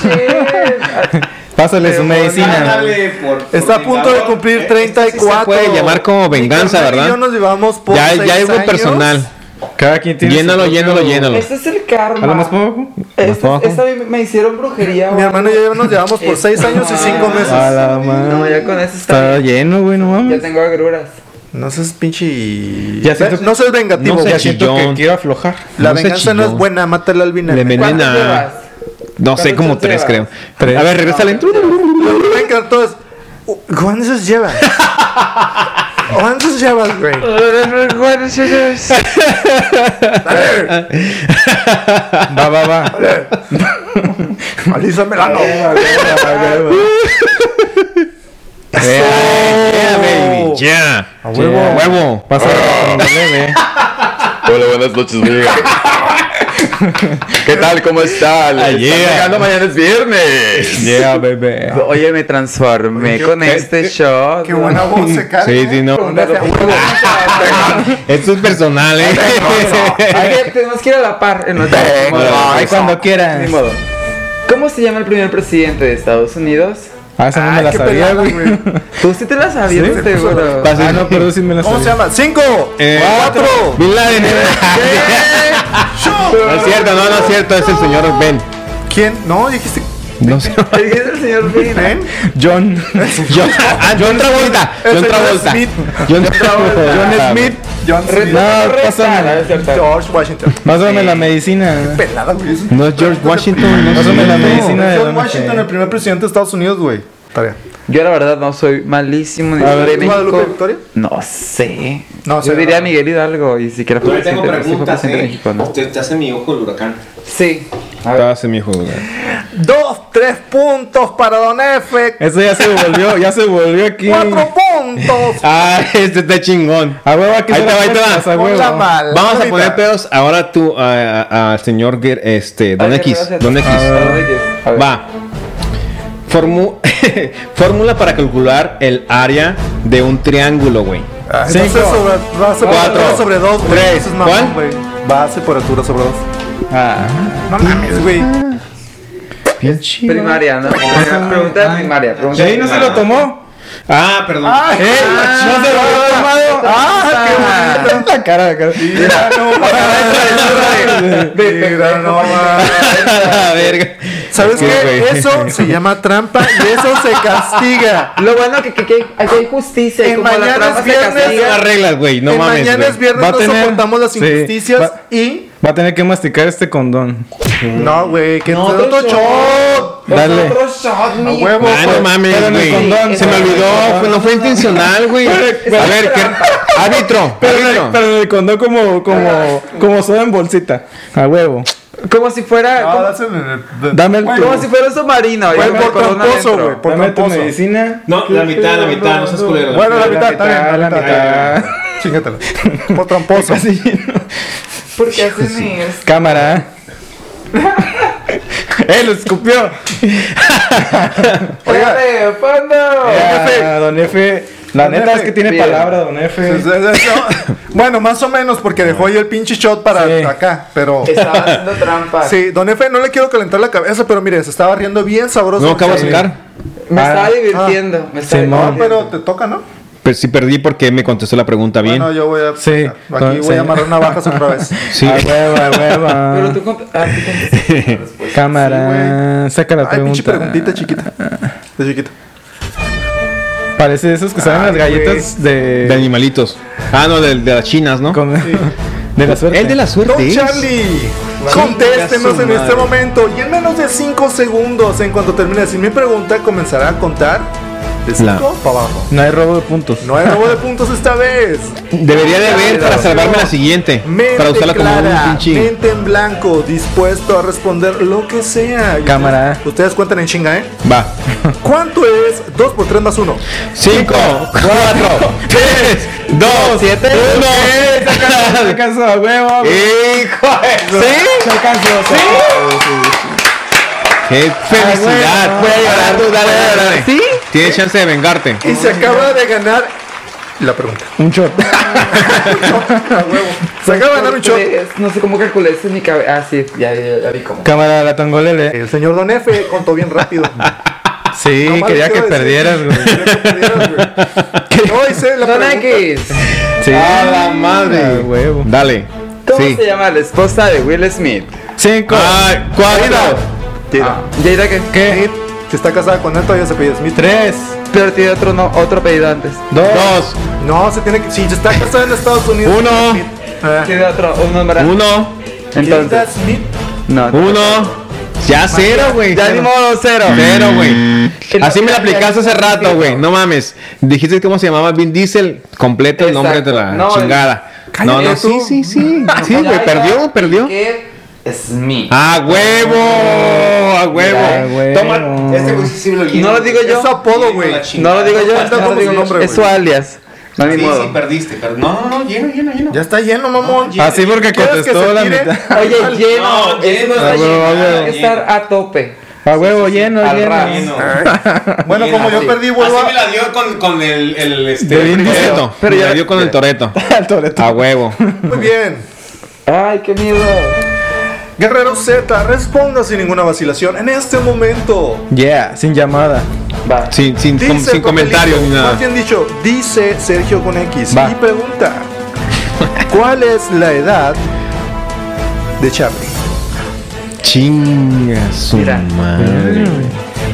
S3: shit.
S5: Pásale su
S3: Pero
S5: medicina.
S3: dale.
S2: Está a punto de cumplir 34.
S4: Este se puede llamar como venganza,
S2: Mi carnal y
S4: ¿verdad?
S2: Yo nos llevamos por
S4: Ya,
S2: seis
S4: ya algo
S2: años.
S4: personal.
S5: Cada quien tiene. su
S4: Llénalo,
S5: propio-
S4: llénalo, llénalo.
S3: Este es el karma.
S5: ¿A lo más poco?
S3: Este-
S4: poco?
S3: esta me- me hicieron brujería.
S2: Mi
S3: güey.
S2: hermano y yo nos llevamos por
S3: Este,
S2: 6 años y 5
S4: Ah.
S3: ah,
S5: A
S2: meses.
S5: la madre.
S3: No, ya con eso está
S5: Está lleno, güey, no
S3: Ya
S5: mames.
S3: tengo agruras.
S2: No seas pinche.
S5: Ya siento-
S2: No seas vengativo.
S4: No sé,
S5: Ya siento que
S4: chillón.
S5: quiero aflojar.
S2: La
S4: No se
S2: venganza no es
S4: chilló.
S2: buena, mátala al
S4: Le
S2: vinagre.
S3: ¿Cuántas
S4: envenena.
S3: llevas?
S4: No sé,
S3: ¿Cuántos
S4: como
S3: llevas?
S4: tres, creo.
S5: Tres.
S4: A ver, regresa al
S2: Me encantó. es, "U- "Uh, ¿Cuántos llevas? ¿Cuántos llevas, güey?
S5: Va, va, va.
S2: Alisa Melano.
S4: Ya,
S2: Oh,
S4: baby, ya.
S5: huevo.
S4: Huevo.
S5: Pasa a
S9: Hola, buenas noches, amiga. ¿Qué tal? ¿Cómo están?
S4: Ah,
S9: Están
S4: yeah.
S9: llegando mañana es viernes.
S4: Yeah, baby.
S3: Oye, me transformé con este shot.
S2: Qué buena voz se eh. cara.
S4: Sí, sí, no. Esto es personal, ¿eh?
S3: Hay que- Tenemos que ir a la par en nuestra-
S5: Ay, cuando
S3: Ah, Ni
S5: quieras.
S3: modo. ¿Cómo se llama el primer presidente de Estados Unidos?
S5: Ah, esa no me la sabía, güey.
S3: Tú sí te la sabías,
S5: Sí.
S3: seguro.
S4: Vas-
S5: Ah, no, pero sí me la
S2: ¿Cómo se
S5: sabía.
S2: llama? ¡Cinco!
S4: (laughs) Eh,
S2: ¡Cuatro!
S4: Bin Laden. eh. No es cierto, no, no es cierto. Es el señor Ben.
S2: ¿Quién? No, dijiste.
S4: No sé.
S3: El que es el señor Bin.
S2: ¿Ven?
S5: John.
S4: John, (laughs) ah, John Travolta.
S2: El
S4: John
S2: señor
S4: Travolta.
S2: Smith.
S4: John (laughs) Travolta.
S5: John Smith.
S2: John
S5: No,
S2: Smith.
S5: pásame.
S2: George Washington.
S5: Pásame la medicina.
S2: Pelada, güey. es un-
S4: No es George Washington. No
S5: Pásame la medicina de
S2: George
S5: Don
S2: Washington, el primer presidente de Estados Unidos, güey. Tarea.
S3: Yo la verdad no soy malísimo ni
S2: A
S3: soy
S2: ver,
S3: de
S2: ¿tú, Guadalupe
S3: México.
S2: Victoria?
S3: No sé.
S2: No,
S3: Yo
S2: sé,
S3: diría
S2: no.
S3: Miguel Hidalgo y siquiera fue presidente, pero sí fue presidente de pues, México, ¿no?
S4: Te eh. hace mi ojo el huracán.
S3: Sí.
S4: Te
S3: A ver.
S4: hace mi ojo el huracán.
S2: Dos, tres puntos para Don (laughs) F.
S5: Eso ya se volvió, ya se volvió aquí.
S2: Cuatro (laughs) puntos.
S4: Ah, este está chingón.
S5: A huevo, aquí
S4: Ahí
S5: se
S4: te
S5: la
S4: va, ahí te va.
S5: pones, a huevo.
S2: Ponla mal.
S4: Vamos a
S2: Ahorita.
S4: poner pedos ahora tú a- a- al señor Guer- este, Don
S3: Ay,
S4: X.
S3: gracias.
S4: Don X.
S3: A ver,
S2: Ah,
S4: Ah.
S3: Don X. A ver.
S4: Va. Formu- (laughs) Fórmula para calcular el área de un triángulo, güey.
S2: Ay, no sé Ah, sobre, base por
S4: Cuatro.
S2: altura sobre dos, güey.
S4: Tres.
S2: Eso es mamón,
S4: ¿Cuál?
S2: güey. Base por altura sobre dos.
S5: Ah,
S2: No mames, güey.
S3: Primaria, ¿no? Pregunta de primaria. Pregunta
S5: ¿De
S3: de
S5: ahí no se lo
S3: primaria.
S5: tomó?
S4: Ah, perdón.
S5: ¡Eh! ¡No se lo había tomado! ¡Ah! ¡Qué bonito! La cara, la cara.
S2: Mira, no mames. (laughs) Mira, no mames. Ah,
S4: (laughs) A ver.
S2: ¿Sabes
S4: Sí,
S2: qué?
S4: güey.
S2: Eso se llama trampa y eso se castiga.
S3: Lo bueno que, que, que aquí hay justicia y
S2: En
S3: como la
S2: Eh, mañana
S3: trampa
S2: es
S3: se
S2: viernes,
S4: Las
S3: castiga.
S4: reglas, güey. No
S2: En
S4: mames.
S2: mañana
S4: güey.
S2: es viernes,
S5: Va a
S2: no
S5: tener-
S2: soportamos las
S5: sí,
S2: injusticias
S5: va-
S2: y.
S5: Va a tener que masticar este condón.
S2: No, güey, que no,
S3: otro
S2: otro shot.
S5: Dale.
S3: pues, Otro shot,
S2: A
S3: mi-
S2: huevo.
S4: Ah, no mames,
S5: Pero en el
S4: güey.
S5: condón,
S4: Se me
S5: pero en el
S4: olvidó,
S5: condón.
S4: fue- no fue intencional, güey. A ver, ¿qué? Árbitro,
S5: Pero,
S4: árbitro.
S5: pero le condó como, como, como soda en bolsita. A huevo.
S3: Como si fuera.
S2: No,
S3: como-
S2: dáselo en el-
S5: Dame el
S3: como,
S5: tubo.
S3: si fuera un submarino.
S2: Fue
S3: ya me
S2: por
S3: acordó una
S2: tramposo,
S3: adentro.
S2: güey. Por
S5: Dame tu
S2: tramposo.
S5: medicina.
S4: No, la mitad, la mitad, no seas culero.
S2: Bueno, la
S5: La
S2: mitad, está
S5: mitad,
S2: bien,
S5: la
S2: la mitad.
S5: mitad.
S2: Chingatela.
S5: (laughs)
S2: Por tramposo.
S3: ¿Por qué hacen esto?
S2: (laughs)
S5: Cámara. ¡Eh, lo escupió!
S2: Oiga. Eh,
S3: Oye, fondo!
S5: Ah, don F. La
S2: Don
S5: neta
S2: F.
S5: es que tiene
S3: Bien.
S5: palabra, don
S2: Pues,
S5: F.
S2: eh, eso- bueno, más o menos porque dejó ahí el pinche shot para
S5: Sí.
S2: acá, pero
S3: Estaba haciendo trampa.
S2: sí, don F, no le quiero calentar la cabeza, pero mire, se estaba riendo bien sabroso.
S4: No acabo de
S2: Sí.
S4: sacar.
S3: Me
S5: Ah,
S3: estaba
S5: ah,
S3: divirtiendo. Me estaba
S5: Simón.
S2: No,
S3: divirtiendo.
S2: pero te toca, ¿no?
S4: Pero Pues sí perdí porque me contestó la pregunta bien. (laughs)
S2: Bueno, yo voy a
S5: Sí.
S2: aquí voy
S5: Sí.
S2: a amarrar navajas otra vez.
S4: Sí.
S5: A huevo, a
S3: Pero
S5: huevo.
S3: tú cont- ah, tú contestaste.
S5: Cámara. Saca (laughs) la
S2: pues, Ay, pinche preguntita
S5: pregunta.
S2: chiquita. De chiquita.
S5: Parece de esos que salen las galletas
S4: De
S5: de.
S4: animalitos. Ah, no, de, de las chinas, ¿no?
S5: con- De la suerte.
S4: El de la
S2: Don
S4: suerte. es-
S2: Charlie. Contéstenos
S4: Chinga
S2: en
S4: su
S2: este
S4: madre.
S2: momento y en menos de 5 segundos, en cuanto termine de decir mi pregunta, comenzará a contar de 5
S4: La-
S2: para abajo.
S5: No hay robo de puntos.
S2: No hay
S4: (laughs)
S2: robo de puntos esta vez.
S4: Debería de haber para salvarme la siguiente.
S2: Mente
S4: Para usarla como
S2: clara,
S4: un pinche.
S2: mente en blanco, dispuesto a responder lo que sea. Y
S5: Cámara.
S2: Ustedes, ustedes cuentan en chinga, ¿eh?
S4: Va.
S2: ¿Cuánto es 2 por 3 más 1?
S4: 5, (laughs) 4, 3, 2, 7, 1.
S5: alcanzó a huevo.
S4: ¡Hijo de ¿Sí? ¡Qué
S5: Ah,
S4: felicidad! Dale, dale, dale, dale.
S3: ¿Sí?
S4: Tienes chance de vengarte.
S2: Y se acaba de ganar la pregunta.
S5: Un shot.
S2: Se acaba de ganar un shot.
S3: Tres, No sé cómo calculé esto en mi cabeza. Ah, sí, ya, ya, ya vi cómo.
S5: Cámara la tangolele.
S2: El señor Don F contó bien
S4: (laughs)
S2: rápido.
S5: Sí,
S2: Nomás
S5: quería que
S2: quiero decir-
S5: perdieras, güey.
S2: (laughs) Quería que perdieras,
S4: (laughs)
S2: güey. No hice la
S3: Don
S2: pregunta.
S3: X,
S5: Sí.
S4: ¡A la madre!
S5: Ah, huevo.
S4: Dale.
S3: ¿cómo
S4: Sí.
S3: se llama la esposa de Will Smith? Ah,
S5: Cinco.
S4: Ah, cuatro.
S2: Jaira.
S3: Jaira, que
S5: ¿Qué?
S2: Si está casada con él, todavía se pide Smith.
S5: Tres.
S3: pero tiene otro, no, otro pedido antes.
S5: Dos.
S4: Dos.
S2: No, se tiene que. Si está casada en Estados Unidos.
S4: Uno.
S2: Smith. Ah.
S3: Tiene otro, un número.
S4: Uno.
S2: Hilda
S3: Entonces,
S2: Smith.
S3: no.
S4: Uno. Ya cero, güey.
S3: Ya ni modo, cero.
S4: Cero, güey. Así me la aplicaste hace rato, güey. No mames. Dijiste cómo se llamaba Vin Diesel. Completo el nombre de la
S3: Exacto. No,
S4: chingada. No, no,
S3: Cállate
S4: sí,
S3: tú. (laughs)
S4: sí, sí. Ah, Sí, güey.
S3: Jaira,
S4: Perdió, perdió.
S3: que Es mi.
S4: ¡A huevo! ¡A
S5: Ah,
S4: huevo!
S5: güey.
S4: Toma. Este güey sí lo
S3: No lo digo yo.
S2: Es su apodo, güey.
S3: No lo digo yo.
S2: Cuenta
S3: no lo
S2: como
S3: digo
S2: su
S3: yo,
S2: nombre,
S3: es su
S2: güey.
S3: alias. No, ni modo.
S4: perdiste, pero no, no, lleno, lleno, lleno.
S2: Ya está lleno, mamón.
S5: Así porque
S2: ¿Quieres que
S5: contestó
S2: se
S5: la
S2: tire? (laughs)
S5: mitad.
S3: Oye, lleno.
S4: No, lleno,
S3: está
S4: lleno,
S3: lleno,
S4: lleno.
S3: hay que estar a tope.
S5: A huevo, lleno,
S3: Al
S5: lleno.
S3: ras.
S2: Bueno, como yo
S3: Así.
S2: perdí, vuelvo a.
S4: la dio con, con el, el este,
S5: De Vin
S4: el
S5: Diesel.
S4: Toretto.
S3: Pero
S4: Me
S3: ya-
S4: la dio con el Toreto.
S5: (laughs) Al Toretto.
S4: A huevo.
S2: ah, Muy bien.
S3: Ay, qué miedo.
S2: Guerrero Z, responda sin ninguna vacilación en este momento.
S5: Yeah, sin llamada.
S3: Va.
S4: (laughs) Sin, sin,
S2: Dice
S4: com- sin
S2: papelito,
S4: comentarios ni nada.
S2: Más bien dicho, dice Sergio con X.
S5: Va.
S2: Y pregunta: ¿Cuál es la edad de Charlie?
S4: Chinga su
S3: Mira.
S4: madre.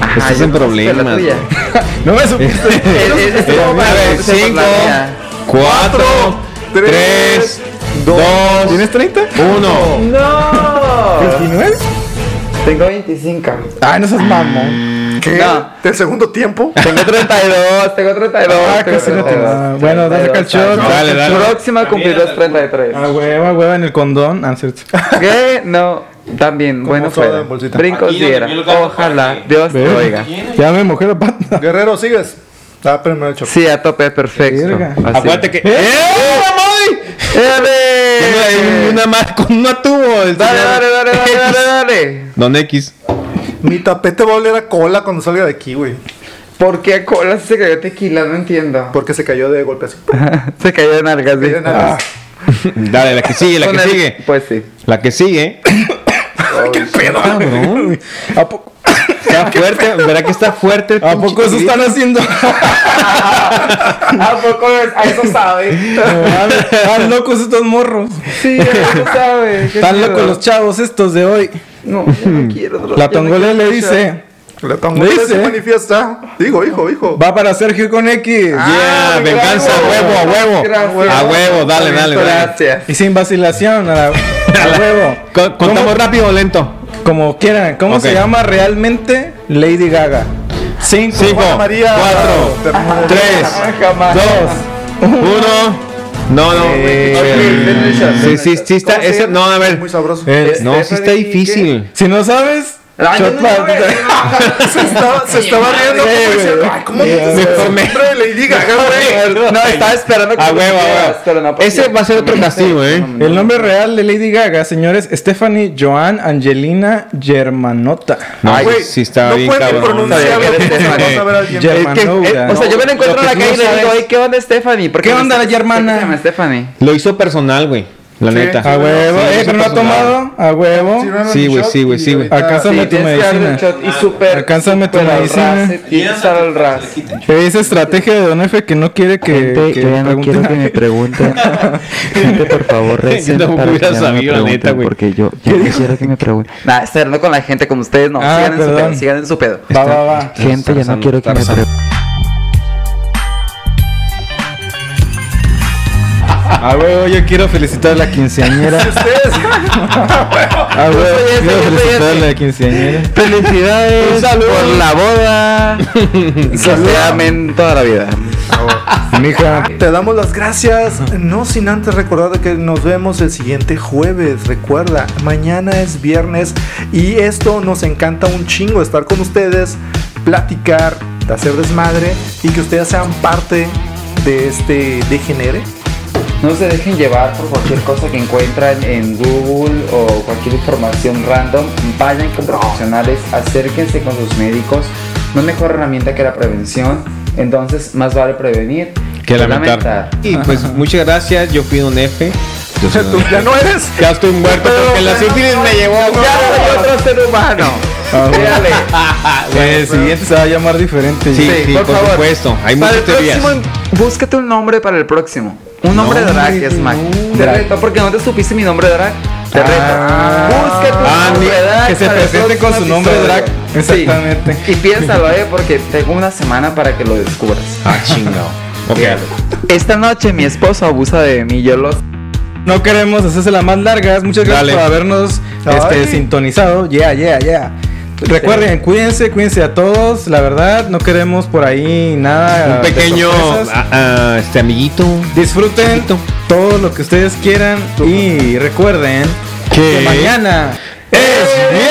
S3: Ajá,
S4: Estás
S3: ya
S4: en
S3: no supiste la
S4: problemas.
S3: tuya.
S4: güey.
S3: (laughs)
S5: No me supiste.
S3: Eh, eh, este
S4: Eh,
S3: como para
S4: a ver,
S3: que se sepa
S4: cinco,
S3: la mía.
S4: cuatro, tres, dos,
S5: ¿Tienes 30?
S4: uno.
S3: No.
S5: ¿29?
S3: Tengo 25.
S5: Ay, no seas mamón.
S2: ¿Qué?
S3: No.
S2: ¿Del segundo tiempo?
S3: Tengo 32. Tengo 32.
S5: Ah,
S3: tengo
S5: casi no te-
S3: 32,
S5: ah, Bueno, dale acá el
S3: 32,
S5: shot.
S3: años.
S4: Dale, dale.
S3: Próxima cumplir los 33.
S2: Ah,
S5: A huevo, a huevo en el condón. Ah, no es cierto.
S3: ¿Qué? No. También, bueno,
S2: soda
S3: fuera.
S2: en bolsita.
S3: Brincos diera. Ojalá. Dios te oiga.
S5: Ya me mojé
S2: (laughs)
S5: la pata.
S2: Guerrero, ¿sigues? Ah, primero el choco.
S3: Sí, a tope, perfecto.
S5: Verga.
S3: Así.
S4: Acuérdate que. ¡Eh!
S3: ¡Ele!
S4: Una, una más con una tubo. el
S3: Eh. Dale,
S4: señor
S3: dale, dale, dale,
S4: X.
S3: dale, dale.
S4: Don X.
S2: Mi tapete va a oler a cola cuando salga de aquí, güey.
S3: ¿Por qué a cola se cayó tequila? No entiendo.
S2: Porque se cayó de golpe así.
S3: Se cayó de nalgas.
S2: De
S3: ¿sí?
S2: nada.
S4: Ah. Dale, la que sigue, la
S3: Con
S4: que
S3: el-
S4: sigue.
S3: Pues sí. (laughs)
S4: La que sigue.
S2: ¿Qué pedo?
S5: Ah,
S4: Cabrón. Está fuerte. Verá que está fuerte. el
S5: ¿A
S4: pinche
S5: poco eso
S4: tequila?
S5: están haciendo?
S3: ¿A poco es? ¿A eso sabe?
S5: Están locos estos morros.
S3: Sí,
S4: (laughs)
S3: a eso sabe. Qué
S5: Están
S3: miedo.
S5: locos los chavos estos de hoy.
S3: No, yo no quiero. no
S5: La
S3: quiero, no
S5: tongole
S3: quiero
S5: le
S3: escuchar.
S5: dice.
S2: La tongolera
S5: Dice.
S2: se manifiesta. Digo, hijo, hijo.
S5: Va para Sergio con X.
S4: Yeah,
S3: Ah,
S4: venganza, a huevo,
S3: bravo.
S4: a huevo.
S3: Gracias.
S4: A huevo, dale, dale, dale.
S3: Gracias.
S5: Y sin vacilación, a, la-
S4: (laughs)
S5: a huevo.
S4: Co-
S5: ¿Cómo-
S4: ¿Contamos rápido o lento?
S5: Como quieran. ¿Cómo
S4: Ok.
S5: se llama realmente Lady Gaga? Cinco.
S4: Cinco,
S2: Juana María.
S4: cuatro,
S2: Termina de-
S4: tres,
S3: Ah, jamás.
S4: dos, uno. No, no.
S3: denle shot,
S4: eh, Sí,
S3: denle
S4: sí,
S3: shot.
S4: sí está.
S2: ¿Cómo se
S4: Ese,
S2: llama?
S4: no, a ver.
S2: Muy sabroso.
S5: Eh,
S4: No, sí está difícil.
S5: Si no sabes,
S3: Ay, yo
S5: shot
S3: no
S5: para- (laughs)
S3: sabía. (laughs)
S2: Se estaba, se estaba riendo. como diciendo, Ay, ¿cómo me
S5: Eh,
S4: Me formé.
S2: Hombre, Lady
S4: (laughs)
S2: Gaga, güey.
S3: No, estaba esperando que
S4: A
S3: tú lo
S4: huevo, a
S3: dijeras, pero
S4: huevo.
S3: no, porque-
S4: Ese va a ser otro castigo, ¿eh?
S5: El nombre real de Lady Gaga, señores, Stephanie Joan Angelina Germanota.
S4: No,
S2: Ay,
S4: sí, sí está
S2: no
S4: bien
S2: pueden ni
S4: cabrón.
S2: pronunciarlo.
S3: Está bien,
S2: porque
S3: que
S2: vamos a ver a alguien.
S5: Ya.
S3: Es que-
S5: Hermanura,
S3: eh, o sea,
S5: ¿no?
S3: yo me la encuentro
S4: Lo
S3: en la
S4: que tú
S3: calle y le digo,
S4: sabes-
S3: "Ey, ¿qué onda, Stephanie? ¿Por
S5: ¿Qué
S3: no
S5: onda,
S3: se-
S5: la germana?
S3: ¿Por qué se llama Stephanie?
S4: Lo hizo personal, güey. La neta.
S5: A huevo,
S4: Sí, lo
S5: eh,
S4: hizo
S5: pero no ha
S4: personal. (laughs)
S5: tomado. A huevo.
S2: Si no, no,
S4: Sí,
S2: ni
S4: güey,
S2: shot,
S4: sí, güey,
S2: y
S4: sí, güey.
S2: ahorita-
S5: Alcánzame tu
S3: tienes que darle
S5: medicina.
S3: un shot y súper.
S5: Alcánzame tu
S3: súper al
S5: medicina.
S3: ras, eh, Tienes que estar al ras.
S5: Que dice estrategia de Don F que no quiere que, que pregunten a- (laughs)
S3: pregunten. Gente, por favor,
S4: recen tampoco para que hubiera ya no me sabido, la neta, pregunten, güey. porque
S3: yo ya no quiero que me pregunten. Nah, estoy hablando con la gente como ustedes, no.
S5: Ah,
S3: sigan en su
S5: perdón.
S3: pedo, sigan en su pedo.
S5: Va, va, va.
S3: Gente, ya no quiero que me pregunten.
S5: A huevo, yo quiero felicitar a
S3: (laughs)
S5: la quinceañera. (laughs) A huevo, quiero felicitar a la quinceañera.
S3: Felicidades por la
S5: (laughs)
S3: boda. Que se amen toda la vida.
S5: Mija, eh,
S2: Te damos las gracias, no sin antes recordar que nos vemos el siguiente jueves. Recuerda, mañana es viernes y esto nos encanta un chingo estar con ustedes, platicar, hacer desmadre y que ustedes sean parte de este degenere.
S3: No se dejen llevar por cualquier cosa que encuentran en Google o cualquier información random. Vayan con profesionales, acérquense con sus médicos. No hay mejor herramienta que la prevención. Entonces, más vale prevenir
S4: Que lamentar. Y (laughs) pues muchas gracias, yo fui un F. Yo soy
S2: Tú
S4: don F.
S2: ya no eres.
S4: Ya estoy muerto porque la sífilis me llevó.
S3: Ya soy otro ser humano.
S5: Ah, bueno.
S3: Véale.
S4: Eh,
S5: el siguiente se va a llamar diferente.
S4: Sí, sí,
S3: por
S4: por,
S3: favor.
S4: supuesto. Hay
S3: Para el
S4: muchas teorías.
S3: próximo, búscate un nombre para el próximo. Un nombre de drag, es Mac. Te
S5: Drag.
S3: reto, porque no te supiste mi nombre de drag. Te reto.
S5: Ah.
S3: Búscate un
S5: Ah,
S3: nombre de drag.
S5: que se
S3: para el
S5: presente con
S3: próximo
S5: su nombre de drag.
S3: episodio. Sí.
S5: Exactamente.
S3: (laughs) Y piénsalo, eh, porque tengo una semana para que lo descubras.
S4: Ah, chingado. Ok.
S3: Esta noche mi esposo abusa de mí, yo lo
S5: No queremos hacerse las más largas. Muchas gracias
S4: Dale.
S5: por habernos este,
S2: Ay.
S5: sintonizado. Yeah, yeah, yeah. Recuerden, cuídense, cuídense a todos. La verdad, no queremos por ahí nada.
S4: Un
S5: de
S4: pequeño
S5: sorpresas.
S4: ah, ah, este amiguito.
S5: Disfruten
S4: Chiquito.
S5: todo lo que ustedes quieran y recuerden que mañana es